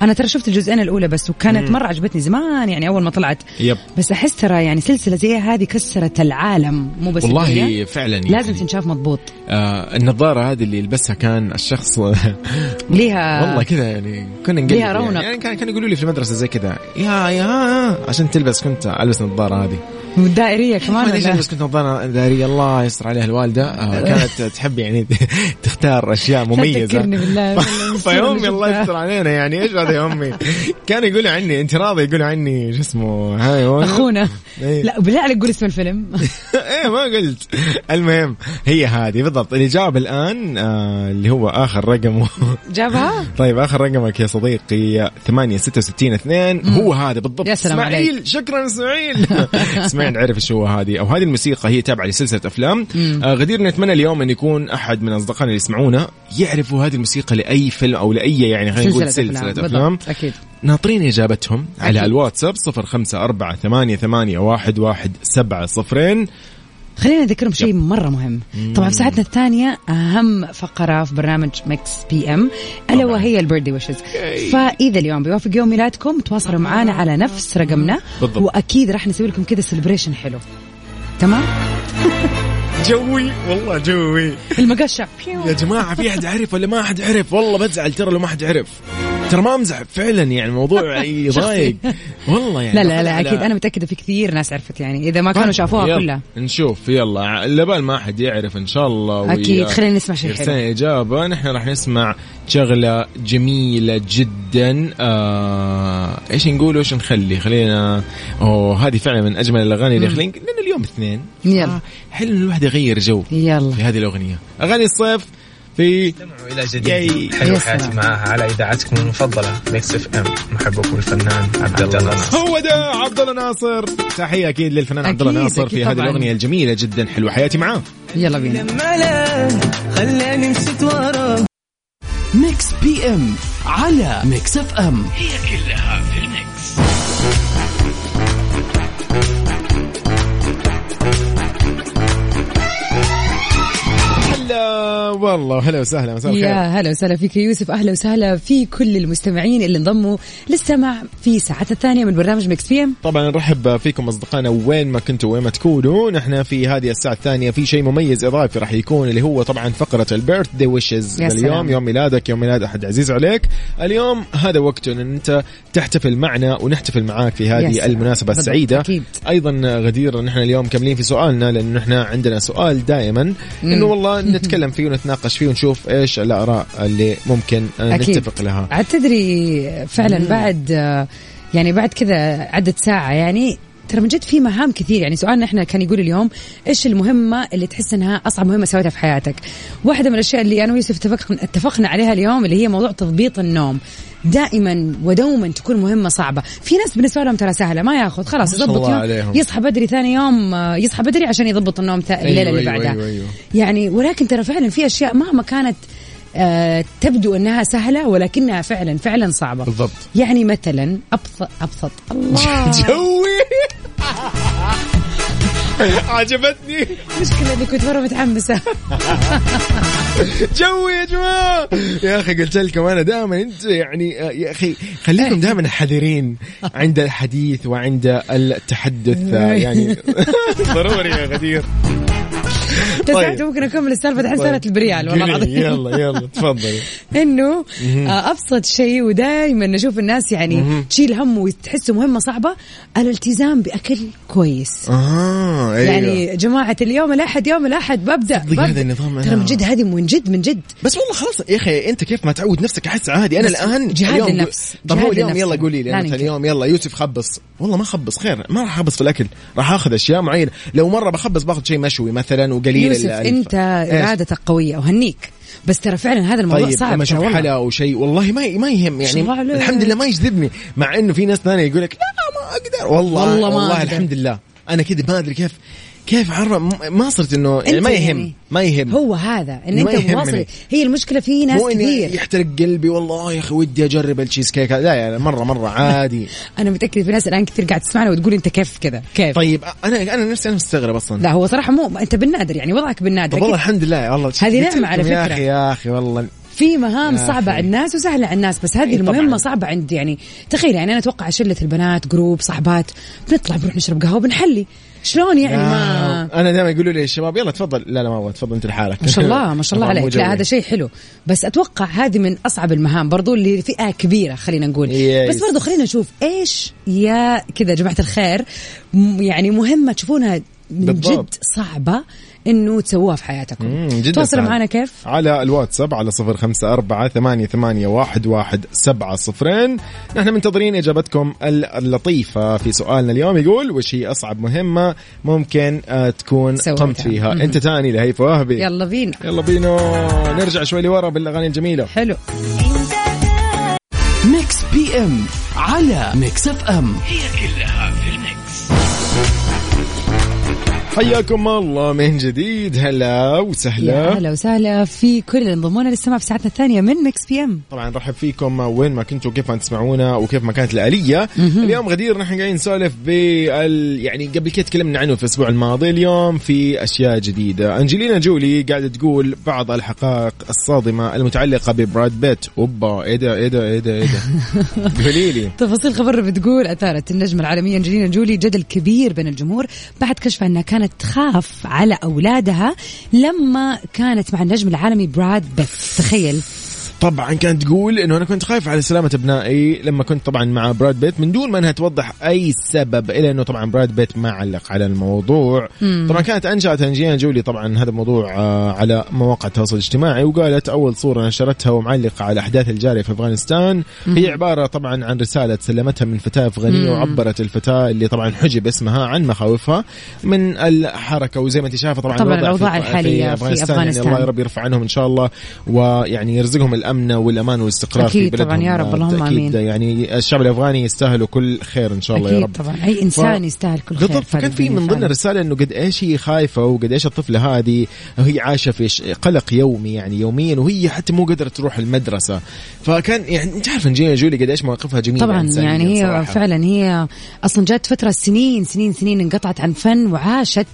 Speaker 2: أنا ترى شفت الجزئين الأولى بس وكانت مرة عجبتني زمان يعني أول ما طلعت
Speaker 1: يب
Speaker 2: بس أحس ترى يعني سلسلة زي هذه كسرت العالم مو بس الدنيا.
Speaker 1: والله فعلا يعني.
Speaker 2: لازم تنشاف مضبوط
Speaker 1: آه النظاره هذه اللي يلبسها كان الشخص
Speaker 2: ليها
Speaker 1: والله كذا يعني كنا نقلب
Speaker 2: آه. ليها رونق.
Speaker 1: يعني, يعني كان كانوا يقولوا لي في المدرسه زي كذا يا يا عشان تلبس كنت البس نظاره هذه
Speaker 2: والدائرية كمان
Speaker 1: ما ادري إيش
Speaker 2: ولا؟
Speaker 1: البس كنت نظاره داري الله يستر عليها الوالده آه كانت تحب يعني تختار اشياء مميزه
Speaker 2: تذكرني بالله.
Speaker 1: فيا امي الله يستر علينا يعني ايش هذا يا امي كان يقولوا عني انت راضي يقولوا عني شو اسمه هاي هو-
Speaker 2: أخونا
Speaker 1: إيه.
Speaker 2: لا بالله عليك قول اسم الفيلم
Speaker 1: ايه ما قلت المهم هي هذه بالضبط اللي جاب الان آه اللي هو اخر رقمه
Speaker 2: جابها
Speaker 1: طيب اخر رقمك يا صديقي 866 2 هو هذا بالضبط
Speaker 2: يا سلام
Speaker 1: اسماعيل شكرا اسماعيل اسماعيل عرف ايش هو هذه او هذه الموسيقى هي تابعه لسلسله افلام آه غدير نتمنى اليوم ان يكون احد من اصدقائنا اللي يسمعونا يعرفوا هذه الموسيقى لاي فيلم او لاي يعني خلينا نقول سلسله افلام
Speaker 2: بالضبط أكيد
Speaker 1: ناطرين اجابتهم على
Speaker 2: أكيد.
Speaker 1: الواتساب 0548811700
Speaker 2: خلينا نذكرهم شيء مره مهم طبعا في ساعتنا الثانيه اهم فقره في برنامج مكس بي ام الا وهي البيردي ويشز فاذا اليوم بيوافق يوم ميلادكم تواصلوا معنا على نفس رقمنا
Speaker 1: بالضبط.
Speaker 2: واكيد راح نسوي لكم كذا سليبريشن حلو تمام
Speaker 1: جوي والله جوي
Speaker 2: المقشع
Speaker 1: يا جماعة في أحد عرف ولا ما أحد عرف والله بزعل ترى لو ما أحد عرف ترى ما أمزح فعلا يعني الموضوع يضايق والله يعني
Speaker 2: لا لا
Speaker 1: أخذ
Speaker 2: لا
Speaker 1: على-
Speaker 2: اكيد انا متاكده في كثير ناس عرفت يعني اذا ما كانوا شافوها
Speaker 1: طيب، يلا،
Speaker 2: كلها
Speaker 1: نشوف يلا لبال ما أحد يعرف إن شاء الله وي-
Speaker 2: أكيد، خلينا نسمع شيء
Speaker 1: يرسلنا إجابة نحن راح نسمع شغلة جميلة جدا آه... إيش نقول وإيش نخلي خلينا أوه هذه فعلا من أجمل الأغاني اللي خلينا لأن اليوم اثنين
Speaker 2: يلا.
Speaker 1: آه، حلو إن الواحد يغير جو
Speaker 2: يلا
Speaker 1: في هذه الأغنية أغاني الصيف في
Speaker 6: إلى
Speaker 1: ياي.
Speaker 6: جديد حلو
Speaker 2: يا
Speaker 6: حياتي
Speaker 2: سلام.
Speaker 6: معاها على إذاعتكم المفضلة ميكس اف ام محبكم الفنان عبد الله ناصر
Speaker 1: هو ده عبد الله ناصر تحيه اكيد للفنان عبد الله
Speaker 2: أكيد،
Speaker 1: ناصر
Speaker 2: أكيد
Speaker 1: في هذه
Speaker 2: طبعاً.
Speaker 1: الاغنيه الجميله جدا حلوه حياتي معاه
Speaker 2: يلا بينا
Speaker 4: ميكس بي ام على ميكس اف ام
Speaker 1: هلا والله هلا وسهلا مساء الخير
Speaker 2: يا هلا وسهلا فيك يا يوسف اهلا وسهلا في كل المستمعين اللي انضموا للسمع في ساعتنا الثانيه من برنامج مكس بي ام
Speaker 1: طبعا نرحب فيكم اصدقائنا وين ما كنتوا وين ما تكونوا نحن في هذه الساعه الثانيه في شيء مميز اضافي راح يكون اللي هو طبعا فقره البيرث داي ويشز
Speaker 2: يا سلام.
Speaker 1: اليوم يوم ميلادك يوم ميلاد احد عزيز عليك اليوم هذا وقته ان انت تحتفل معنا ونحتفل معاك في
Speaker 2: يا
Speaker 1: هذه
Speaker 2: سلام.
Speaker 1: المناسبه
Speaker 2: بالضبط،
Speaker 1: السعيده
Speaker 2: أكيد.
Speaker 1: ايضا غدير نحن اليوم كاملين في سؤالنا لانه نحن عندنا سؤال دائما انه والله نتكلم فيه ونتناقش فيه ونشوف ايش الاراء اللي ممكن
Speaker 2: أكيد.
Speaker 1: نتفق لها
Speaker 2: عاد تدري فعلا بعد آه، يعني بعد كذا عدد ساعه يعني ترى من جد في مهام كثير يعني سؤالنا احنا كان يقول اليوم ايش المهمه اللي تحس انها اصعب مهمه سويتها في حياتك؟ واحده من الاشياء اللي انا ويوسف اتفقنا اتفقنا عليها اليوم اللي هي موضوع تضبيط النوم دائما ودوما تكون مهمه صعبه، في ناس بالنسبه لهم ترى سهله ما ياخذ خلاص
Speaker 1: شاء
Speaker 2: يضبط
Speaker 1: الله
Speaker 2: يوم
Speaker 1: عليهم.
Speaker 2: يصحى بدري ثاني يوم آه، يصحى بدري عشان يضبط النوم تا- الليله
Speaker 1: أيوة،
Speaker 2: اللي
Speaker 1: أيوة،
Speaker 2: بعدها
Speaker 1: أيوة، أيوة.
Speaker 2: يعني ولكن ترى فعلا في اشياء مهما كانت آه، تبدو انها سهله ولكنها فعلا فعلا صعبه
Speaker 1: بالضبط.
Speaker 2: يعني مثلا ابسط ابسط الله
Speaker 1: جوي عجبتني
Speaker 2: المشكله اني كنت مره متحمسه
Speaker 1: جوي يا جماعه يا اخي قلت لكم انا دائما انت يعني آه، يا اخي
Speaker 2: إيه.
Speaker 1: خليكم دائما حذرين عند الحديث
Speaker 2: إيه.
Speaker 1: وعند التحدث آه، يعني ضروري يا غدير
Speaker 2: تسعت ممكن اكمل السالفه الحين صارت بريال والله
Speaker 1: طيب. قولي،
Speaker 2: العظيم
Speaker 1: يلا يلا تفضلي
Speaker 2: انه آه، ابسط شيء ودائما نشوف الناس يعني تشيل هم وتحسه مهمه صعبه الالتزام باكل كويس
Speaker 1: اه أيوة.
Speaker 2: يعني يا جماعه اليوم الاحد يوم الاحد ببدا
Speaker 1: صدق
Speaker 2: ببدأ.
Speaker 1: هذا النظام أنا-
Speaker 2: ترى من جد هذه من جد من جد
Speaker 1: بس والله خلاص يا اخي انت كيف ما تعود نفسك احس عادي انا
Speaker 2: بس
Speaker 1: الان
Speaker 2: جهاد
Speaker 1: اليوم-
Speaker 2: النفس،
Speaker 1: طب هو
Speaker 2: جهاد
Speaker 1: اليوم
Speaker 2: النفس.
Speaker 1: يلا قولي لي
Speaker 2: لا
Speaker 1: أنا مثلا
Speaker 2: ننكر.
Speaker 1: اليوم يلا يوسف خبص والله ما خبص خير ما راح اخبص في الاكل راح اخذ اشياء معينه لو مره بخبص باخذ شيء مشوي مثلا وقليل
Speaker 2: يوسف
Speaker 1: الألف.
Speaker 2: انت
Speaker 1: إيش؟
Speaker 2: ارادتك قويه وهنيك بس ترى فعلا هذا الموضوع
Speaker 1: طيب
Speaker 2: صعب
Speaker 1: لما
Speaker 2: ترى
Speaker 1: اشوف
Speaker 2: والله.
Speaker 1: حلا او شيء والله ما ما يهم يعني
Speaker 2: الله عليك.
Speaker 1: الحمد لله ما يجذبني مع انه في ناس ثانيه يقول لك لا ما اقدر والله
Speaker 2: والله ما
Speaker 1: والله, والله
Speaker 2: أقدر.
Speaker 1: الحمد لله انا كذا ما ادري كيف كيف عرف ما صرت انه يعني
Speaker 2: أنت
Speaker 1: ما يهم
Speaker 2: يعني.
Speaker 1: ما يهم
Speaker 2: هو هذا ان
Speaker 1: ما
Speaker 2: انت
Speaker 1: يهمني.
Speaker 2: واصل هي المشكله في ناس
Speaker 1: مو اني
Speaker 2: كثير
Speaker 1: يحترق قلبي والله يا اخي ودي اجرب التشيز كيك هذا. لا يعني مره مره عادي
Speaker 2: انا متاكده في ناس الان كثير قاعد تسمعنا وتقول انت كيف كذا كيف
Speaker 1: طيب انا انا نفسي انا مستغرب اصلا
Speaker 2: لا هو صراحه مو انت بالنادر يعني وضعك بالنادر
Speaker 1: طب والله
Speaker 2: أكيد
Speaker 1: الحمد لله والله
Speaker 2: هذه نعمة على
Speaker 1: يا
Speaker 2: فكرة.
Speaker 1: اخي يا اخي والله
Speaker 2: في مهام
Speaker 1: يا
Speaker 2: صعبة
Speaker 1: أخي.
Speaker 2: على الناس وسهلة على الناس بس هذه المهمة
Speaker 1: طبعاً.
Speaker 2: صعبة عند يعني تخيل يعني أنا أتوقع شلة البنات جروب صاحبات بنطلع بنروح نشرب قهوة بنحلي شلون يعني ما
Speaker 1: آه. انا دائما يقولوا لي الشباب يلا تفضل لا لا ما ابغى تفضل انت لحالك
Speaker 2: ما شاء الله ما شاء الله
Speaker 1: طبعاً مو
Speaker 2: عليك لا
Speaker 1: جوي.
Speaker 2: هذا شيء حلو بس اتوقع هذه من اصعب المهام برضو اللي فئه كبيره خلينا نقول
Speaker 1: Yes.
Speaker 2: بس برضو خلينا نشوف ايش يا كذا يا جماعه الخير م- يعني مهمه تشوفونها من
Speaker 1: بالضبط.
Speaker 2: جد صعبه انه تسووها في حياتكم
Speaker 1: مم، جداً
Speaker 2: تواصلوا
Speaker 1: صعب.
Speaker 2: معنا كيف
Speaker 1: على الواتساب على صفر خمسة أربعة ثمانية, ثمانية واحد, واحد سبعة صفرين نحن منتظرين إجابتكم ال- اللطيفة في سؤالنا اليوم يقول وش هي أصعب مهمة ممكن آه، تكون
Speaker 2: سويتها.
Speaker 1: قمت فيها
Speaker 2: مم.
Speaker 1: أنت تاني لهيفا وهبي
Speaker 2: يلا بينا
Speaker 1: يلا بينا نرجع شوي لورا بالأغاني الجميلة
Speaker 2: حلو
Speaker 4: ميكس بي ام على ميكس اف ام
Speaker 1: حياكم الله من جديد هلا
Speaker 2: يا
Speaker 1: وسهلا
Speaker 2: اهلا وسهلا في كل اللي انضمونا للسمع في ساعتنا الثانيه من مكس بي ام
Speaker 1: طبعا رحب فيكم وين ما كنتوا كيف ما تسمعونا وكيف ما كانت الآلية اليوم غدير نحن قاعدين نسولف بال يعني قبل كده تكلمنا عنه في الأسبوع الماضي اليوم في أشياء جديدة أنجلينا جولي قاعدة تقول بعض الحقائق الصادمة المتعلقة ببراد بيت أوبا إيه ده إيه ده إيه ده إيه ده قولي لي
Speaker 2: تفاصيل خبرنا بتقول اثارت النجمه العالميه انجلينا جولي جدل كبير بين الجمهور بعد كشفها انها كانت تخاف على اولادها لما كانت مع النجم العالمي براد بيت تخيل
Speaker 1: طبعا كانت تقول انه انا كنت خايف على سلامه ابنائي لما كنت طبعا مع براد بيت من دون ما انها توضح اي سبب الا انه طبعا براد بيت ما علق على الموضوع طبعا كانت انشات انجينا جولي طبعا هذا الموضوع آه، على مواقع التواصل الاجتماعي وقالت اول صوره نشرتها ومعلقه على احداث الجاريه في افغانستان هي عباره طبعا عن رساله سلمتها من فتاه افغانيه وعبرت الفتاه اللي طبعا حجب اسمها عن مخاوفها من الحركه وزي ما انت شايفه طبعا
Speaker 2: طبعاً
Speaker 1: الوضع
Speaker 2: الأوضاع
Speaker 1: في-
Speaker 2: الحالية في
Speaker 1: يعني
Speaker 2: أفغانستان.
Speaker 1: الله يا رب يرفع عنهم ان شاء الله ويعني يرزقهم الامن والامان والاستقرار في
Speaker 2: أكيد
Speaker 1: بلدهم
Speaker 2: طبعاً يا رب، اللهم
Speaker 1: بالتأكيد
Speaker 2: آمين.
Speaker 1: يعني الشعب الافغاني يستاهلوا كل خير ان شاء الله يا
Speaker 2: اكيد
Speaker 1: رب
Speaker 2: طبعا اي انسان يستاهل كل خير
Speaker 1: بالضبط كان في من ضمن
Speaker 2: فعلاً.
Speaker 1: الرساله انه قد ايش هي خايفه وقد ايش الطفله هذه هي عايشه في ش- قلق يومي يعني يوميا وهي حتى مو قادره تروح المدرسه فكان يعني انت عارف انجينا جولي قد ايش مواقفها جميله
Speaker 2: طبعا
Speaker 1: إنسانية
Speaker 2: يعني هي
Speaker 1: صراحة.
Speaker 2: فعلا هي اصلا جات فتره سنين سنين سنين انقطعت عن فن وعاشت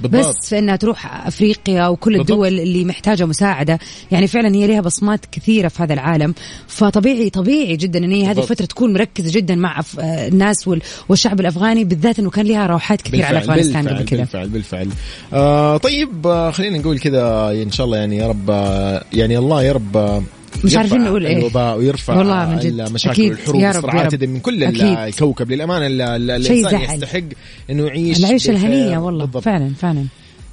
Speaker 1: بالضبط.
Speaker 2: بس في انها تروح افريقيا وكل
Speaker 1: بالضبط.
Speaker 2: الدول اللي محتاجه مساعده يعني فعلا هي لها بصمات كثيره في هذا العالم فطبيعي طبيعي جدا ان هي هذه
Speaker 1: بالضبط.
Speaker 2: الفتره تكون مركزه جدا مع أف... آه، الناس وال... والشعب الافغاني بالذات انه كان لها روحات كثير على افغانستان قبل كذا
Speaker 1: بالفعل بالفعل آه طيب آه خلينا نقول كذا ان شاء الله يعني يا رب آه يعني الله يا رب آه،
Speaker 2: مش
Speaker 1: يرفع
Speaker 2: عارفين نقول إيه.
Speaker 1: الوباء ويرفع
Speaker 2: والله من جد.
Speaker 1: المشاكل
Speaker 2: أكيد. يا
Speaker 1: والحروب
Speaker 2: رب، يا
Speaker 1: والصراعات
Speaker 2: رب.
Speaker 1: هذه من كل
Speaker 2: أكيد.
Speaker 1: الكوكب للامانه ال- ال-
Speaker 2: شيء
Speaker 1: الانسان
Speaker 2: زعل.
Speaker 1: يستحق انه يعيش
Speaker 2: العيش
Speaker 1: بخير.
Speaker 2: الهنيه والله
Speaker 1: بالضبط.
Speaker 2: فعلا فعلا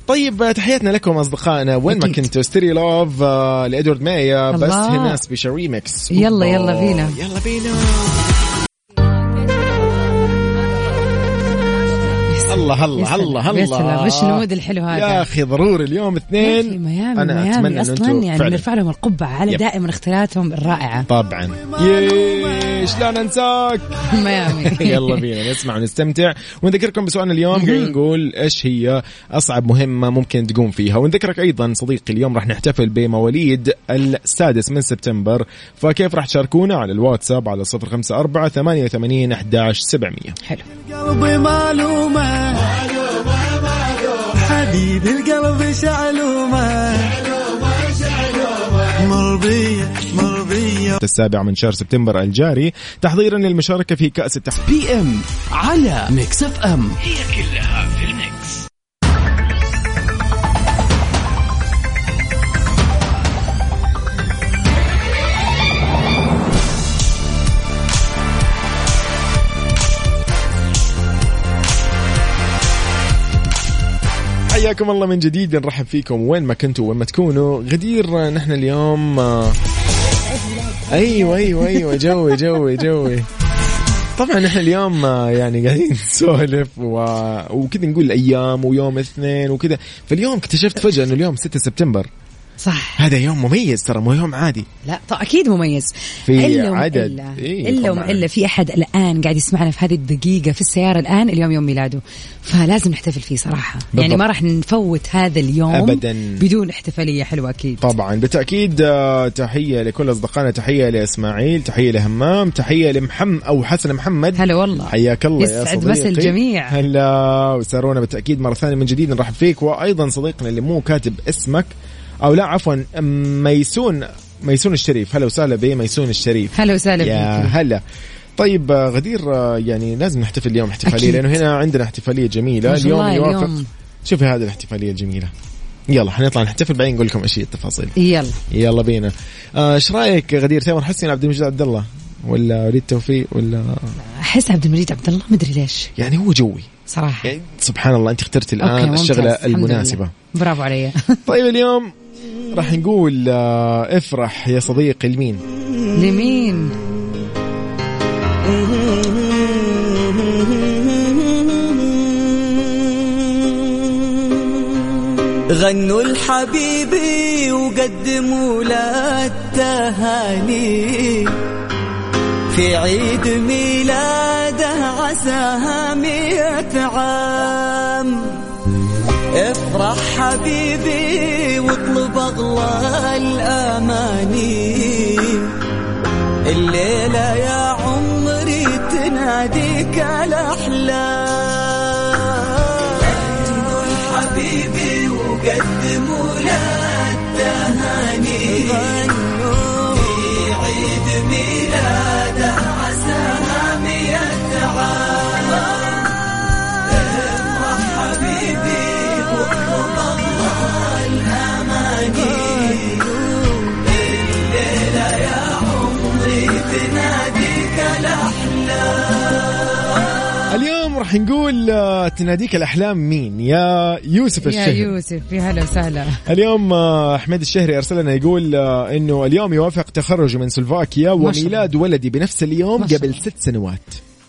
Speaker 1: طيب آه، تحياتنا لكم اصدقائنا وين ما
Speaker 2: أكيد.
Speaker 1: كنتوا ستيري لوف آه لادوارد مايا بس
Speaker 2: الله.
Speaker 1: هنا سبيشال ريمكس
Speaker 2: يلا يلا بينا
Speaker 1: يلا بينا الله الله الله
Speaker 2: يا
Speaker 1: الله
Speaker 2: سلام، وش المود الحلو هذا؟
Speaker 1: يا اخي ضروري اليوم
Speaker 2: يا
Speaker 1: اثنين
Speaker 2: أخي ميامي
Speaker 1: انا
Speaker 2: ميامي
Speaker 1: اتمنى
Speaker 2: اصلا
Speaker 1: أنتم
Speaker 2: يعني
Speaker 1: فعلاً-
Speaker 2: نرفع لهم القبعه على
Speaker 1: يب.
Speaker 2: دائما اختياراتهم الرائعه
Speaker 1: طبعا ييش لا ننساك
Speaker 2: ميامي
Speaker 1: يلا بينا نسمع ونستمتع ونذكركم بسؤالنا اليوم قاعدين نقول ايش هي اصعب مهمه ممكن تقوم فيها ونذكرك ايضا صديقي اليوم راح نحتفل بمواليد السادس من سبتمبر فكيف راح تشاركونا على الواتساب على 054 88 11 700
Speaker 2: حلو
Speaker 4: قلبي معلومة حبيب القلب شعلومة مربية
Speaker 2: آه.
Speaker 4: مربية
Speaker 1: السابع من شهر سبتمبر الجاري تحضيرا للمشاركه في كاس التحف
Speaker 4: بي ام على ميكس اف ام
Speaker 1: حياكم الله من جديد نرحب فيكم وين ما كنتوا وين ما تكونوا غدير آه، نحن اليوم آه، ايوه ايوه ايوه جوي جوي جوي طبعا نحن اليوم آه، يعني قاعدين نسولف و... وكذا نقول ايام ويوم اثنين وكذا فاليوم اكتشفت فجاه انه اليوم 6 سبتمبر
Speaker 2: صح
Speaker 1: هذا يوم مميز ترى مو يوم عادي
Speaker 2: لا طيب اكيد مميز
Speaker 1: في
Speaker 2: إلا وما
Speaker 1: عدد.
Speaker 2: الا
Speaker 1: إيه
Speaker 2: الا وما
Speaker 1: طبعاً.
Speaker 2: الا في احد الان قاعد يسمعنا في هذه الدقيقه في السياره الان اليوم يوم ميلاده فلازم نحتفل فيه صراحه بالضبط. يعني
Speaker 1: بالضبط.
Speaker 2: ما راح نفوت هذا اليوم
Speaker 1: أبداً.
Speaker 2: بدون احتفاليه حلوه اكيد
Speaker 1: طبعا بالتاكيد آه، تحيه لكل اصدقائنا تحيه لاسماعيل تحيه لهمام تحيه لمحم او حسن محمد
Speaker 2: هلا والله
Speaker 1: حياك الله يا
Speaker 2: يسعد
Speaker 1: صديقي
Speaker 2: مسا الجميع.
Speaker 1: هلا وسارونا بالتاكيد مره ثانيه من جديد نرحب فيك وايضا صديقنا اللي مو كاتب اسمك او لا عفوا ميسون ميسون الشريف هلا وسهلا بميسون الشريف
Speaker 2: هلا وسهلا
Speaker 1: يا
Speaker 2: فيك
Speaker 1: هلا طيب آه، غدير آه، يعني لازم نحتفل اليوم احتفاليه
Speaker 2: أكيد.
Speaker 1: لانه هنا عندنا احتفاليه جميله
Speaker 2: ما شاء
Speaker 1: اليوم
Speaker 2: الله
Speaker 1: يوافق
Speaker 2: اليوم.
Speaker 1: شوفي هذه الاحتفاليه الجميله يلا حنطلع نحتفل بعدين نقول لكم ايش هي التفاصيل
Speaker 2: يلا
Speaker 1: يلا بينا آه، ايش رايك غدير تامر حسني ولا عبد المجيد عبد الله ولا وليد توفيق ولا
Speaker 2: احس عبد المجيد عبد الله مدري ليش
Speaker 1: يعني هو جوي
Speaker 2: صراحه
Speaker 1: يعني سبحان الله انت اخترت
Speaker 2: أوكي،
Speaker 1: الان
Speaker 2: ممتاز.
Speaker 1: الشغله
Speaker 2: الحمد
Speaker 1: المناسبه
Speaker 2: لله. برافو علي
Speaker 1: طيب اليوم راح نقول آه، افرح يا صديقي لمين
Speaker 2: لمين
Speaker 7: غنوا لحبيبي وقدموا له التهاني في عيد ميلاده عساها مئة عام افرح حبيبي واطلب اغلى الاماني الليلة يا عمري تناديك الاحلام غنوا لحبيبي وقدموا له التهاني غنوا في عيد ميلاده عساها مئة عام افرح حبيبي واطلب الله الاماني الليله يا عمري تناديك الاحلام
Speaker 1: اليوم راح نقول آه، تناديك الاحلام مين يا يوسف
Speaker 2: يا
Speaker 1: الشهري
Speaker 2: يوسف يا هلا وسهلا
Speaker 1: اليوم آه، احمد الشهري ارسل لنا يقول آه، انه اليوم يوافق تخرجي من سلوفاكيا
Speaker 2: ما شاء
Speaker 1: وميلاد ولدي بنفس اليوم
Speaker 2: ما شاء
Speaker 1: قبل
Speaker 2: الله.
Speaker 1: ست سنوات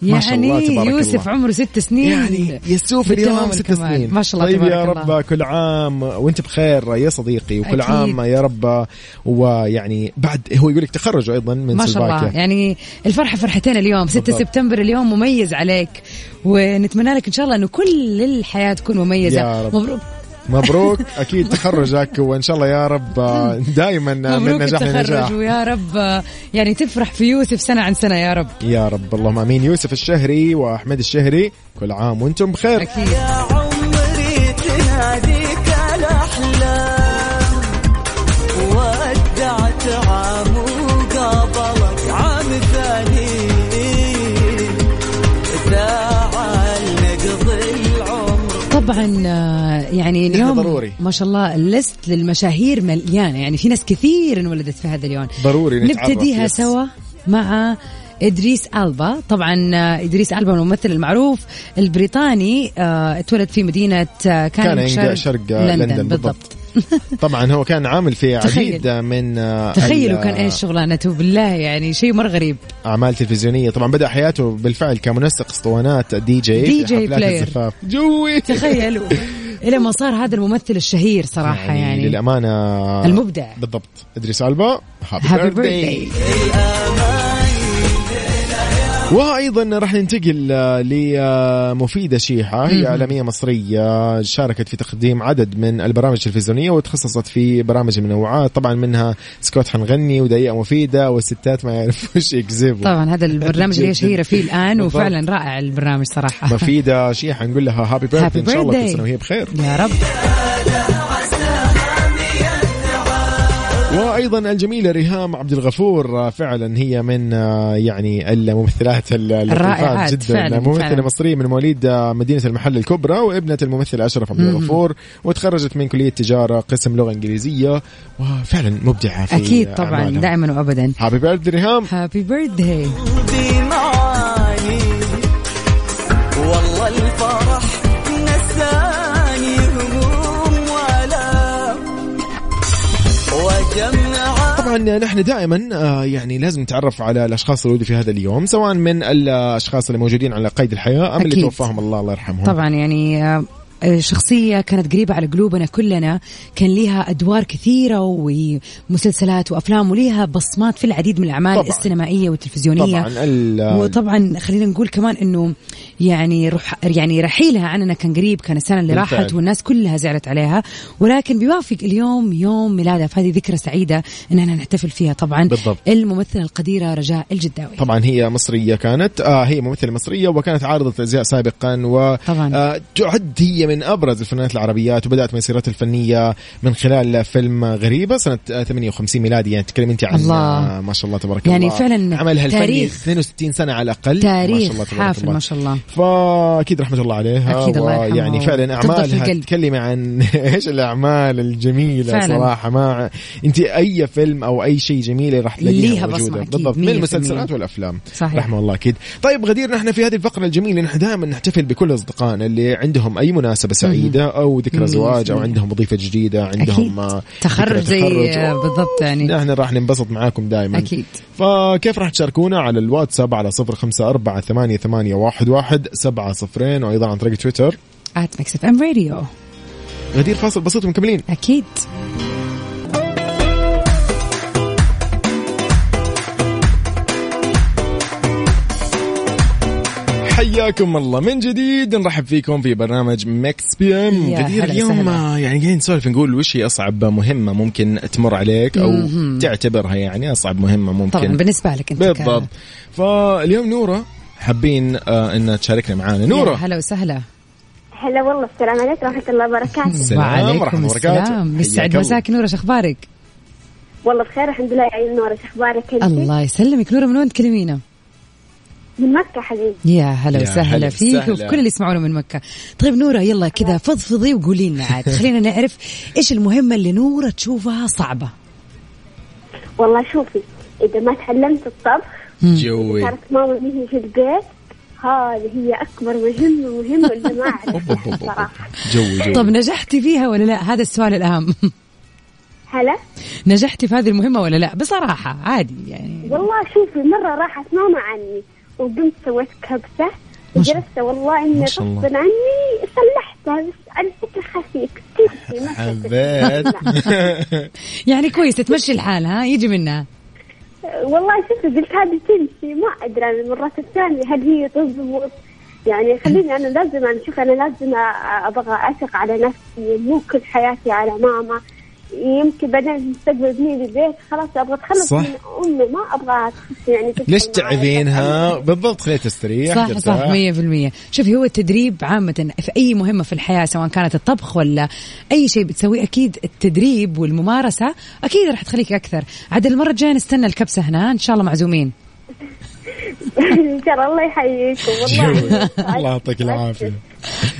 Speaker 1: ما شاء
Speaker 2: يعني
Speaker 1: الله تبارك
Speaker 2: يوسف
Speaker 1: الله.
Speaker 2: عمره ست سنين
Speaker 1: يعني يسوف اليوم
Speaker 2: بالكمال
Speaker 1: ست
Speaker 2: كمان.
Speaker 1: سنين
Speaker 2: ما شاء الله
Speaker 1: طيب
Speaker 2: تبارك
Speaker 1: يا رب
Speaker 2: الله.
Speaker 1: كل عام وانت بخير يا صديقي
Speaker 2: أكيد.
Speaker 1: وكل عام يا رب ويعني بعد هو يقول لك تخرج ايضا من
Speaker 2: ما شاء الله
Speaker 1: سلوفاكيا
Speaker 2: يعني الفرحة فرحتين اليوم 6
Speaker 1: بالضبط.
Speaker 2: سبتمبر اليوم مميز عليك ونتمنى لك إن شاء الله أنه كل الحياة تكون مميزة
Speaker 1: يا رب.
Speaker 2: مبروك
Speaker 1: مبروك اكيد تخرجك وان شاء الله يا رب دائما من
Speaker 2: مبروك
Speaker 1: نجاح
Speaker 2: التخرج
Speaker 1: لنجاح
Speaker 2: ويا رب آه، يعني تفرح في يوسف سنة عن سنة يا رب
Speaker 1: يا رب اللهم امين يوسف الشهري واحمد الشهري كل عام وانتم بخير
Speaker 2: أكيد
Speaker 7: يا عمري تناديك الأحلام ودعت عام وقابلك عام ثاني ساعة لنقضي العمر
Speaker 2: طبعا آه، يعني اليوم
Speaker 1: ضروري.
Speaker 2: ما شاء الله الليست للمشاهير مليانة يعني في ناس كثير انولدت في هذا اليوم
Speaker 1: ضروري نتعرف،
Speaker 2: نبتديها
Speaker 1: يس.
Speaker 2: سوا مع ادريس البا طبعا آه، ادريس البا الممثل المعروف البريطاني آه، اتولد في مدينه آه، كان
Speaker 1: كان شرق لندن, لندن بالضبط طبعا هو كان عامل في عديد
Speaker 2: تخيل.
Speaker 1: من آه،
Speaker 2: تخيلوا
Speaker 1: ال-
Speaker 2: كان ايش شغلانته بالله يعني شيء مره غريب
Speaker 1: اعمال تلفزيونيه طبعا بدا حياته بالفعل كمنسق اسطوانات دي جي
Speaker 2: دي
Speaker 1: في
Speaker 2: جي
Speaker 1: حفلات
Speaker 2: بلاير.
Speaker 1: الزفاف جوي
Speaker 2: تخيلوا الى ما صار هذا الممثل الشهير صراحه يعني,
Speaker 1: للامانه
Speaker 2: المبدع.
Speaker 1: بالضبط ادريس البا
Speaker 2: Happy
Speaker 1: هابي بيرثداي
Speaker 2: birthday.
Speaker 1: وايضا راح ننتقل آه، لمفيده شيحه هي اعلاميه مصريه شاركت في تقديم عدد من البرامج التلفزيونيه وتخصصت في برامج منوعه طبعا منها سكوت حنغني ودقيقه مفيده والستات ما يعرفوش يكذبوا
Speaker 2: طبعا هذا البرنامج اللي هي شهيره فيه الان
Speaker 1: بالضبط.
Speaker 2: وفعلا رائع البرنامج صراحه
Speaker 1: مفيده شيحه نقول لها هابي بيرثداي ان شاء الله كل
Speaker 2: birthday.
Speaker 1: سنه وهي بخير
Speaker 2: يا رب
Speaker 1: إيه، وايضا الجميله ريهام عبد الغفور آه، فعلا هي من آه، يعني الممثلات ال- اللطيفات
Speaker 2: الرائعات،
Speaker 1: جدا
Speaker 2: فعلا،
Speaker 1: ممثله
Speaker 2: فعلا.
Speaker 1: مصريه من مواليد آه، مدينه المحل الكبرى وابنه الممثل اشرف عبد الغفور وتخرجت من كليه تجاره قسم لغه انجليزيه وفعلا مبدعه في
Speaker 2: اكيد طبعا دائما وابدا
Speaker 1: هابي بيرث ريهام
Speaker 2: هابي بيرثداي
Speaker 7: قلبي معاني والله الفرح نساني همومي
Speaker 1: طبعا نحن دائما آه، يعني لازم نتعرف على الاشخاص اللي ولدوا في هذا اليوم سواء من الاشخاص اللي موجودين على قيد الحياه ام اللي
Speaker 2: أكيد.
Speaker 1: توفاهم الله الله يرحمهم
Speaker 2: طبعا يعني آه، شخصية كانت قريبة على قلوبنا كلنا كان ليها أدوار كثيرة ومسلسلات وأفلام وليها بصمات في العديد من الأعمال
Speaker 1: طبعاً.
Speaker 2: السينمائية والتلفزيونية
Speaker 1: طبعا ال-
Speaker 2: وطبعا خلينا نقول كمان انه يعني رح يعني رحيلها عننا كان قريب كان السنه اللي
Speaker 1: بالفعل.
Speaker 2: راحت والناس كلها زعلت عليها ولكن بيوافق اليوم يوم ميلادها فهذه ذكرى سعيده اننا نحتفل فيها طبعا
Speaker 1: بالضبط.
Speaker 2: الممثله القديره رجاء الجداوي
Speaker 1: طبعا هي مصرية كانت آه هي ممثلة مصرية وكانت عارضة أزياء سابقا و
Speaker 2: طبعاً.
Speaker 1: آه تعد هي من أبرز الفنانات العربيات وبدأت مسيرتها الفنية من خلال فيلم غريبة سنة آه 58 ميلادي يعني تتكلم أنت عن
Speaker 2: الله.
Speaker 1: آه ما شاء الله تبارك
Speaker 2: يعني
Speaker 1: الله
Speaker 2: فعلاً
Speaker 1: عملها الفني
Speaker 2: تاريخ.
Speaker 1: 62 سنة على الأقل ما شاء
Speaker 2: تاريخ
Speaker 1: الله تبارك
Speaker 2: حافل
Speaker 1: الله.
Speaker 2: ما شاء الله
Speaker 1: فاكيد رحمه الله عليها
Speaker 2: أكيد الله يرحمها
Speaker 1: ويعني فعلا
Speaker 2: وتفضل في
Speaker 1: اعمالها
Speaker 2: القلب.
Speaker 1: تتكلمي عن ايش الاعمال الجميله
Speaker 2: فعلاً.
Speaker 1: فعلا. صراحه ما انت اي فيلم او اي شيء جميل راح تلاقيها
Speaker 2: ليها بصمة
Speaker 1: موجوده
Speaker 2: أكيد،
Speaker 1: بالضبط من
Speaker 2: مية في
Speaker 1: المسلسلات
Speaker 2: المية.
Speaker 1: والافلام
Speaker 2: صحيح.
Speaker 1: رحمه الله اكيد طيب غدير نحن في هذه الفقره الجميله نحن دائما نحتفل بكل اصدقائنا اللي عندهم اي مناسبه سعيده او ذكرى
Speaker 2: مية
Speaker 1: زواج او
Speaker 2: في المية.
Speaker 1: عندهم وظيفه جديده عندهم
Speaker 2: اكيد
Speaker 1: آه،
Speaker 2: تخرج
Speaker 1: ذكرى
Speaker 2: زي
Speaker 1: تخرج.
Speaker 2: بالضبط يعني
Speaker 1: نحن راح ننبسط معاكم دائما
Speaker 2: أكيد.
Speaker 1: فكيف راح تشاركونا على الواتساب على صفر خمسة أربعة ثمانية, ثمانية واحد, واحد سبعة صفرين وأيضا عن طريق تويتر
Speaker 2: ات ميكس اف ام راديو
Speaker 1: غدير فاصل بسيط ومكملين
Speaker 2: اكيد
Speaker 1: حياكم الله من جديد نرحب فيكم في برنامج مكس بي ام
Speaker 2: يا
Speaker 1: غدير
Speaker 2: هلا
Speaker 1: اليوم
Speaker 2: وسهلا.
Speaker 1: آه، يعني قاعدين نسولف نقول وش هي أصعب مهمة ممكن تمر عليك أو تعتبرها يعني أصعب مهمة ممكن
Speaker 2: طبعا بالنسبه لك انت ك-
Speaker 1: بالضبط فاليوم نورة حابين آه، انها تشاركنا معانا
Speaker 2: يا
Speaker 1: نورة
Speaker 2: هلا وسهلا
Speaker 8: هلا والله السلام عليكم ورحمة الله وبركاته
Speaker 1: السلام
Speaker 2: وعليكم
Speaker 1: ورحمة وبركاته.
Speaker 2: السلام يسعد
Speaker 1: حياك الله.
Speaker 2: مساك نوره شو اخبارك؟
Speaker 8: والله بخير الحمد لله يا عيون نورة شو اخبارك انت؟
Speaker 2: الله يسلمك نوره من وين تكلمينا؟
Speaker 8: من مكة حبيبي
Speaker 2: يا هلا
Speaker 1: يا هلا
Speaker 2: وسهلا فيك
Speaker 1: وسهلا.
Speaker 2: وفي كل اللي يسمعونا من مكة طيب نورة يلا كذا فضفضي وقولي لنا عاد خلينا نعرف إيش المهمة اللي نورة تشوفها صعبة
Speaker 8: والله شوفي إذا ما تعلمت الطبخ
Speaker 1: جوي
Speaker 8: صارت ماما مني في البيت هذه هي أكبر مهمة مهمة اللي ما أعرفها صراحة
Speaker 1: جوي جوي
Speaker 2: طب نجحتي فيها ولا لا هذا السؤال الأهم
Speaker 8: هلا
Speaker 2: نجحتي في هذه المهمة ولا لا بصراحة عادي يعني
Speaker 8: والله شوفي مرة راحت ماما عني وقمت سويت كبسة
Speaker 2: ما شاء-
Speaker 8: وجلست والله اني
Speaker 1: ما شاء الله.
Speaker 8: غصبا عني صلحتها بس على فكرة خفيف كثير ما
Speaker 1: حبيت
Speaker 2: يعني كويس تمشي الحال ها يجي منها
Speaker 8: والله شفت قلت هذه تمشي ما ادري انا المرة الثانية هل هي تزبط يعني خليني انا لازم انا شوف انا لازم أ- ابغى اثق على نفسي مو كل حياتي على ماما يمكن بعدين في المستقبل ابني بالبيت خلاص ابغى اتخلص
Speaker 1: صح.
Speaker 8: من امي ما ابغى يعني تدخل
Speaker 1: ليش
Speaker 8: معايا.
Speaker 1: تعبينها بالضبط خليها تستريح
Speaker 2: صح صح
Speaker 1: ترتاح.
Speaker 2: 100% شوفي هو التدريب عامة في أي مهمة في الحياة سواء كانت الطبخ ولا أي شيء بتسويه أكيد التدريب والممارسة أكيد راح تخليك أكثر عاد المرة الجاية نستنى الكبسة هنا إن شاء الله معزومين
Speaker 8: ان شاء الله الله يحييكم والله
Speaker 1: الله يعطيك العافية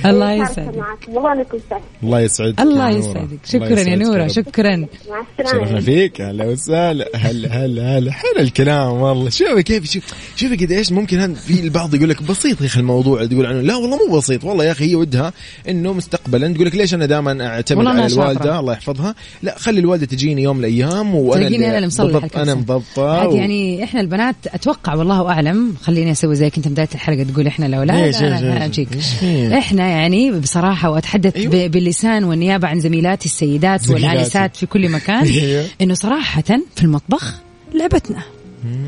Speaker 2: الله
Speaker 8: يسعدك
Speaker 2: يسعدك
Speaker 8: والله انكم سعيد
Speaker 1: الله يسعدك
Speaker 2: الله
Speaker 1: يا نورة.
Speaker 2: يسعدك شكرا
Speaker 1: الله
Speaker 2: يا
Speaker 1: يسعدك
Speaker 2: نورة
Speaker 1: رب.
Speaker 2: شكرا
Speaker 8: مع
Speaker 1: شرفنا
Speaker 8: السلامة
Speaker 1: فيك هلا وسهلا هلا هلا هلا حلو الكلام والله شوفي كيف شوف شوفي قد ايش ممكن هن- في البعض يقول لك بسيط يا اخي الموضوع تقول عنه لا والله مو بسيط والله يا اخي هي ودها انه مستقبلا تقول لك ليش انا دائما اعتمد
Speaker 2: والله أنا
Speaker 1: على
Speaker 2: شاطرة.
Speaker 1: الوالده الله يحفظها لا خلي الوالده تجيني يوم من الايام وانا
Speaker 2: تلاقيني انا اللي مصلحه
Speaker 1: بالضبط
Speaker 2: الكبسة.
Speaker 1: انا مضبطه
Speaker 2: عاد
Speaker 1: و-
Speaker 2: يعني احنا البنات اتوقع والله اعلم خليني اسوي زيك انت بدايه الحلقه تقول احنا لو لا
Speaker 1: ليش-
Speaker 2: لا،
Speaker 1: ليش-
Speaker 2: أنا- أنا
Speaker 1: ليش-
Speaker 2: أجيك.
Speaker 1: ليش فيه؟
Speaker 2: احنا يعني بصراحه واتحدث
Speaker 1: أيوة.
Speaker 2: ب- باللسان والنيابه عن زميلاتي السيدات
Speaker 1: زميلاتي.
Speaker 2: والانسات في كل مكان
Speaker 1: أيوة.
Speaker 2: انه صراحه في المطبخ لعبتنا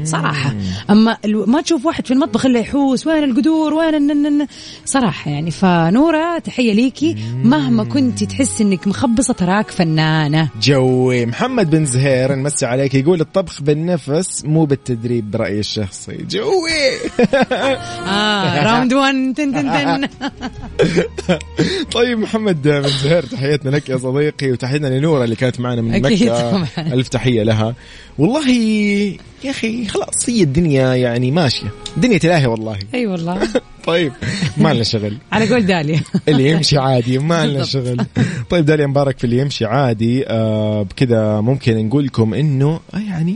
Speaker 2: صراحة أما الو... ما تشوف واحد في المطبخ إلا يحوس وين القدور وين النن صراحة يعني فنورة تحية ليكي مهما كنت تحس إنك مخبصة تراك فنانة
Speaker 1: جوي محمد بن زهير نمسي عليك يقول الطبخ بالنفس مو بالتدريب برأيي الشخصي جوي
Speaker 2: آه راوند 1 تن تن تن
Speaker 1: طيب محمد بن زهير تحياتنا لك يا صديقي وتحياتنا لنورة اللي كانت معنا من
Speaker 2: أكيد
Speaker 1: مكة
Speaker 2: طبعاً.
Speaker 1: ألف تحية لها والله يا أخي خلاص هي الدنيا يعني ماشية الدنيا تلاهي والله
Speaker 2: اي والله
Speaker 1: طيب ما لنا شغل
Speaker 2: على قول داليا
Speaker 1: اللي يمشي عادي ما لنا
Speaker 2: بالضبط.
Speaker 1: شغل طيب داليا مبارك في اللي يمشي عادي آه بكذا ممكن نقول لكم انه آه يعني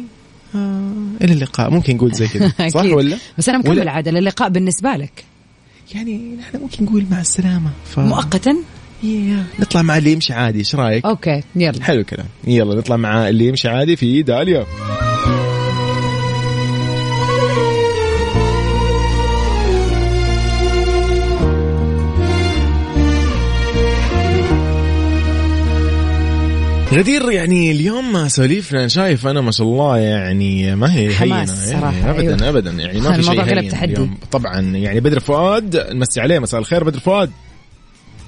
Speaker 1: آه الى اللقاء ممكن نقول زي كذا صح
Speaker 2: أكيد.
Speaker 1: ولا
Speaker 2: بس انا
Speaker 1: ولا-
Speaker 2: مكمل عاد اللقاء بالنسبه لك
Speaker 1: يعني نحن ممكن نقول مع السلامه ف...
Speaker 2: مؤقتا
Speaker 1: نطلع مع اللي يمشي عادي ايش رايك؟
Speaker 2: اوكي يلا
Speaker 1: حلو الكلام يلا نطلع مع اللي يمشي عادي في داليا غدير يعني اليوم سواليفنا شايف انا ما شاء الله يعني ما هي
Speaker 2: حماس
Speaker 1: هينة
Speaker 2: صراحة،
Speaker 1: يعني ابدا
Speaker 2: أيوة.
Speaker 1: ابدا يعني ما في شيء
Speaker 2: الموضوع قلب
Speaker 1: هين
Speaker 2: تحدي.
Speaker 1: اليوم. طبعا يعني بدر فؤاد نمسي عليه مساء الخير بدر فؤاد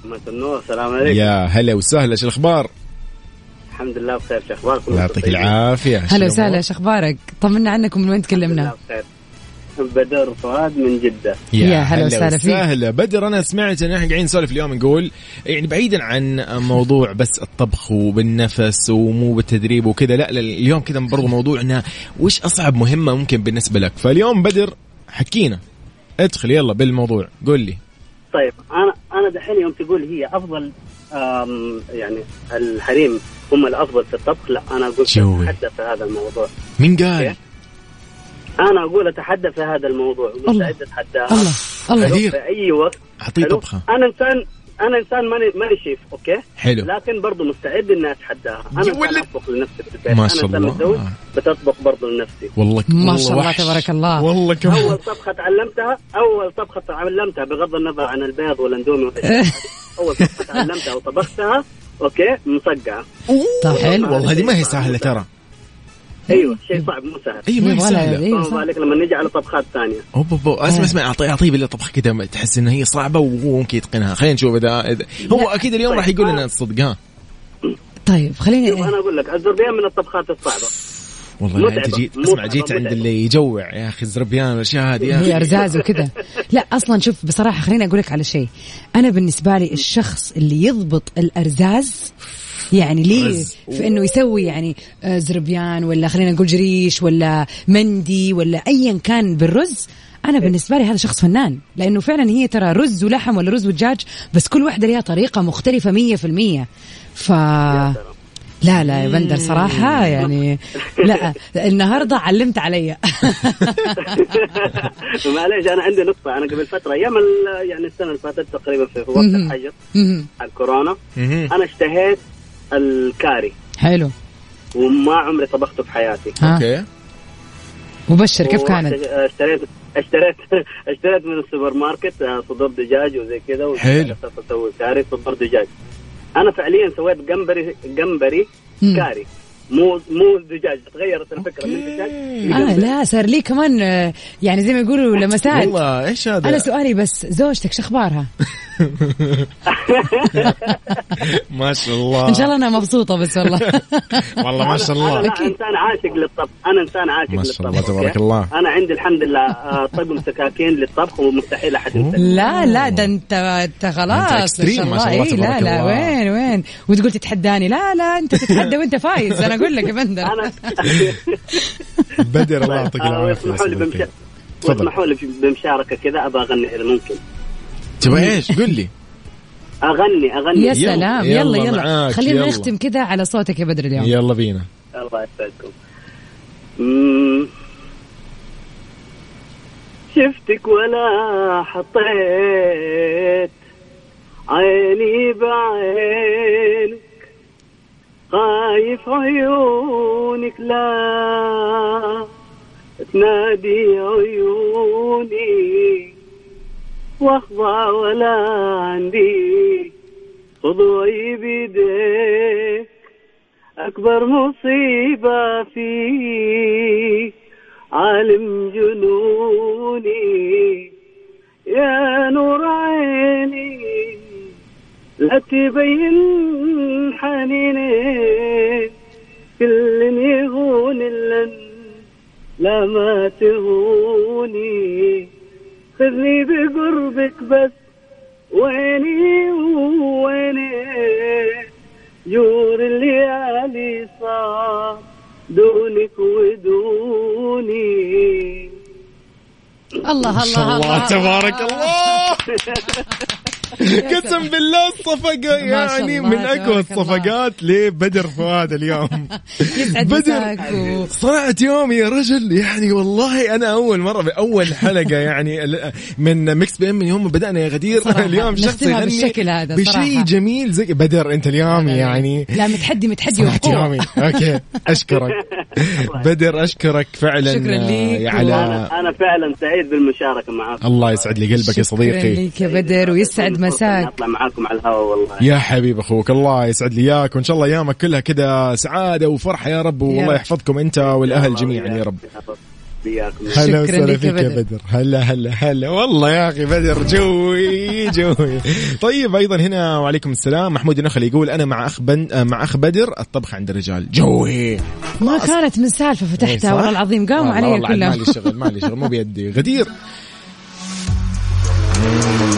Speaker 9: مساء النور السلام عليكم
Speaker 1: يا هلا وسهلا ايش الاخبار؟
Speaker 9: الحمد لله بخير شو اخباركم
Speaker 1: الله يعطيك العافيه
Speaker 2: هلا وسهلا ايش اخبارك؟ طمنا عنك من وين تكلمنا؟
Speaker 9: بخير بدر فؤاد من جده
Speaker 2: يا هلا وسهلا فيك.
Speaker 1: وسهلا بدر انا سمعت ان احنا قاعدين نسولف اليوم نقول يعني بعيدا عن موضوع بس الطبخ وبالنفس ومو بالتدريب وكذا لا لا، اليوم كذا برضو موضوع انه وش اصعب مهمه ممكن بالنسبه لك فاليوم بدر حكينا ادخل يلا بالموضوع قول لي
Speaker 9: طيب انا انا دحين يوم تقول هي افضل آم، يعني الحريم هم الافضل في الطبخ لا انا اقول
Speaker 1: جوي.
Speaker 9: اتحدث في هذا الموضوع
Speaker 1: مين قال؟
Speaker 9: انا اقول اتحدث في هذا الموضوع
Speaker 2: الله.
Speaker 9: مستعد اتحدث
Speaker 2: الله الله
Speaker 1: غدير.
Speaker 9: في اي وقت
Speaker 1: اعطيه
Speaker 9: حلو؟
Speaker 1: طبخه
Speaker 9: انا انسان انا انسان ماني ماني شيف اوكي
Speaker 1: حلو
Speaker 9: لكن برضه مستعد اني اتحداها انا
Speaker 1: يا
Speaker 9: انسان
Speaker 1: ولد.
Speaker 9: اطبخ لنفسي في البيت
Speaker 1: ما
Speaker 9: انا
Speaker 1: شاء
Speaker 9: انسان
Speaker 1: الله. آه.
Speaker 9: متزوج بتطبخ برضه لنفسي
Speaker 1: والله
Speaker 2: ما
Speaker 1: والله
Speaker 2: شاء الله
Speaker 1: وحش.
Speaker 2: تبارك الله
Speaker 1: والله
Speaker 9: اول
Speaker 1: كمان
Speaker 9: طبخه تعلمتها اول طبخه تعلمتها بغض النظر عن البيض والاندومي والأشياء. اول طبخه تعلمتها وطبختها اوكي مصقعه
Speaker 2: طب حلو
Speaker 1: والله هذه ما هي سهله ترى
Speaker 9: ايوه شيء صعب مو سهل
Speaker 1: اي ما هي
Speaker 2: ولا
Speaker 1: سهله
Speaker 2: أيوة إيه.
Speaker 9: فما
Speaker 2: صح.
Speaker 9: بالك لما نجي على طبخات ثانيه
Speaker 1: اوب اوب أوب. اسمع اسمع اعطيه اعطيه بالله طبخ كذا تحس ان هي صعبه وهو ممكن يتقنها خلينا نشوف اذا إذا- هو اكيد اليوم راح يقول لنا الصدق ها
Speaker 2: طيب
Speaker 9: شوف
Speaker 2: خليني
Speaker 9: انا اقول لك الزربيان من الطبخات الصعبه
Speaker 1: والله لا
Speaker 9: متعبة.
Speaker 1: انت جيت
Speaker 9: متعبة،
Speaker 1: اسمع جيت عند
Speaker 9: متعبة.
Speaker 1: اللي يجوع يا اخي الزربيان والاشياء هذه يا
Speaker 2: هي
Speaker 1: اخي
Speaker 2: ارزاز وكذا لا اصلا شوف بصراحه خليني اقول لك على شيء انا بالنسبه لي الشخص اللي يضبط الارزاز يعني لي
Speaker 1: رز.
Speaker 2: في انه يسوي يعني آه، زربيان ولا خلينا نقول جريش ولا مندي ولا ايا كان بالرز انا بالنسبه لي هذا شخص فنان لانه فعلا هي ترى رز ولحم ولا رز ودجاج بس كل واحده ليها طريقه مختلفه 100% ف لا لا يا بندر صراحة يعني لا النهاردة علمت علي
Speaker 9: معليش انا عندي نقطه انا قبل فتره ايام ال- يعني السنه اللي فاتت تقريبا في وقت
Speaker 2: مهم.
Speaker 9: الحجر
Speaker 2: مهم.
Speaker 9: الكورونا
Speaker 1: مهم.
Speaker 9: انا اشتهيت الكاري
Speaker 2: حلو
Speaker 9: وما عمري طبخته في حياتي
Speaker 2: ها.
Speaker 1: اوكي
Speaker 2: مبشر كيف كانت؟
Speaker 9: واشت- اشتريت اشتريت اشتريت من السوبر ماركت آه، صدور دجاج وزي كذا
Speaker 1: حلو.
Speaker 9: وصرت اسوي كاري صدور دجاج انا فعليا سويت جمبري جمبري
Speaker 2: مم.
Speaker 9: كاري مو مو دجاج تغيرت الفكره من دجاج
Speaker 2: اه لا صار لي كمان آه، يعني زي ما يقولوا لمسات
Speaker 1: والله ايش
Speaker 2: انا
Speaker 1: آه، هذا
Speaker 2: سؤالي بس زوجتك شو اخبارها؟
Speaker 1: ما شاء الله
Speaker 2: ان شاء الله انها مبسوطه بس والله
Speaker 1: والله ما شاء
Speaker 9: انا
Speaker 1: الله
Speaker 9: لا انسان عاشق للطبخ انا انسان عاشق
Speaker 1: ما
Speaker 9: للطبخ
Speaker 1: شاء الله
Speaker 9: أوكي؟
Speaker 1: تبارك الله.
Speaker 9: انا عندي الحمد لله آه، طقم سكاكين للطبخ ومستحيل احد يمسكني
Speaker 2: لا لا ده انت انت خلاص
Speaker 1: extreme ما شاء الله
Speaker 2: إيه، لا
Speaker 1: تبارك
Speaker 2: لا
Speaker 1: الله.
Speaker 2: وين وين وتقول تتحداني لا لا انت تتحدى وانت فايز انا اقول لك يا بندر
Speaker 9: انا
Speaker 1: بدر الله يعطيك
Speaker 9: آه، واسمحوا لي
Speaker 1: العافيه
Speaker 9: بمشا- واسمحوا لي بمشاركه كذا ابغى اغني اذا ممكن
Speaker 1: تبغى ايش قل لي
Speaker 9: اغني اغني
Speaker 2: يا سلام يلا
Speaker 1: يلا
Speaker 2: يلا
Speaker 1: معاك،
Speaker 2: خلينا
Speaker 1: يلا.
Speaker 2: نختم كذا على صوتك يا بدر اليوم
Speaker 1: يلا بينا
Speaker 9: الله يسعدكم مم. شفتك ولا حطيت عيني بعينك خايف عيونك لا تنادي عيوني واخضع ولا عندي خضوعي بيديك أكبر مصيبة في عالم جنوني يا نور عيني لا تبين حنيني كل يهون إلا لا ما تهوني خذني بقربك بس وعيني وعيني جور الليالي صار دونك ودوني
Speaker 2: الله الله الله
Speaker 1: تبارك الله
Speaker 10: قسم بالله الصفقه
Speaker 2: ما شاء
Speaker 10: يعني
Speaker 2: الله،
Speaker 10: من اقوى
Speaker 2: تبارك الله.
Speaker 10: الصفقات لبدر فؤاد اليوم
Speaker 2: يسعد
Speaker 10: بدر
Speaker 2: مساك و-
Speaker 10: صنعت يومي يا رجل يعني والله انا اول مره باول حلقه يعني ال- من ميكس بي ام من يوم ما بدانا يا غدير
Speaker 2: صراحة،
Speaker 10: اليوم شخص
Speaker 2: نختمها
Speaker 10: يغني
Speaker 2: بالشكل هذا صراحة.
Speaker 10: بشيء جميل زي بدر انت اليوم يعني
Speaker 2: لا متحدي متحدي
Speaker 10: صنعت
Speaker 2: وقوة
Speaker 10: يومي اوكي اشكرك بدر اشكرك فعلا
Speaker 2: شكراً
Speaker 10: آه،
Speaker 2: ليك
Speaker 10: على
Speaker 9: انا انا فعلا سعيد بالمشاركه معاكم
Speaker 10: الله يسعد لي قلبك يا
Speaker 2: شكرا
Speaker 10: صديقي
Speaker 2: لك يا بدر
Speaker 9: إيه،
Speaker 2: ويسعد مساك
Speaker 9: اطلع معاكم على الهواء والله
Speaker 2: طيب.
Speaker 10: يا حبيب اخوك الله يسعد لي اياك وان شاء الله ايامك كلها كذا سعاده وفرحه يا رب والله
Speaker 2: رب.
Speaker 10: يحفظكم انت والاهل جميعا يا رب
Speaker 9: بياكم
Speaker 10: هلا
Speaker 2: شكراً
Speaker 10: وسهلا
Speaker 2: لك
Speaker 10: فيك يا
Speaker 2: يا بدر.
Speaker 10: بدر هلا هلا هلا والله يا اخي بدر جوي جوي طيب ايضا هنا وعليكم السلام محمود النخل يقول انا مع اخ بن مع اخ بدر الطبخ عند الرجال جوي
Speaker 2: ما كانت من سالفة
Speaker 10: إيه
Speaker 2: فتحتها
Speaker 10: صح؟
Speaker 2: والله العظيم قاموا
Speaker 10: والله
Speaker 2: علي
Speaker 10: والله عاد
Speaker 2: كلهم
Speaker 10: مالي شغل مالي شغل مو بيدي غدير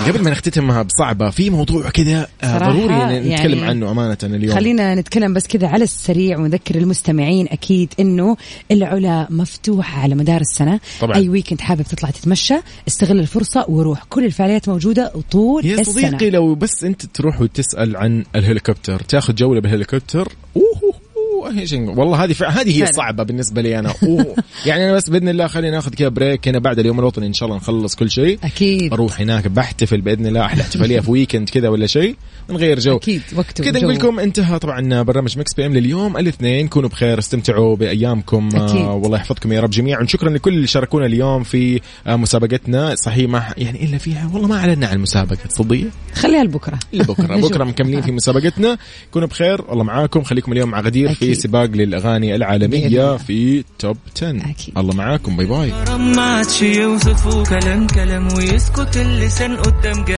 Speaker 10: قبل ما نختتمها بصعبة في موضوع كذا آه،
Speaker 2: صراحة
Speaker 10: ضروري يعني
Speaker 2: يعني
Speaker 10: نتكلم عنه أمانة اليوم
Speaker 2: خلينا نتكلم بس كذا على السريع ونذكر المستمعين اكيد انه العلا مفتوحه على مدار السنه
Speaker 10: طبعاً.
Speaker 2: اي ويكند حابب تطلع تتمشى استغل الفرصه وروح كل الفعاليات موجوده طول
Speaker 10: يا
Speaker 2: السنه
Speaker 10: صديقي لو بس أنت تروح وتسأل عن الهليكوبتر تاخذ جولة بالهليكوبتر أوه أوه، إيش نقول؟ والله هذه فع- هذه هي
Speaker 2: فعلاً.
Speaker 10: صعبه بالنسبه لي انا أوه. يعني انا بس باذن الله خلينا ناخذ كذا بريك هنا بعد اليوم الوطني ان شاء الله نخلص كل شيء
Speaker 2: اكيد
Speaker 10: اروح هناك بحتفل باذن الله احلى احتفاليه في ويكند كذا ولا شيء نغير جو
Speaker 2: اكيد وقته
Speaker 10: كذا
Speaker 2: وجوه.
Speaker 10: نقول لكم انتهى طبعا برنامج مكس بي ام لليوم الاثنين كونوا بخير استمتعوا بايامكم
Speaker 2: أكيد.
Speaker 10: آه والله يحفظكم يا رب جميعا شكرا لكل اللي شاركونا اليوم في آه مسابقتنا صحيح ما يعني الا فيها والله ما اعلنا عن المسابقه تصدقي
Speaker 2: خليها لبكره
Speaker 10: لبكره
Speaker 2: نشوف.
Speaker 10: بكره مكملين في مسابقتنا كونوا بخير والله معاكم خليكم اليوم مع غدير في
Speaker 2: أكيد.
Speaker 10: سباق للاغاني
Speaker 2: بإذن
Speaker 10: العالميه
Speaker 2: الله.
Speaker 10: في توب 10
Speaker 2: أكيد.
Speaker 10: الله معاكم باي باي
Speaker 7: رمعت شي يوصفه كلام كلام ويسكت اللسان قدام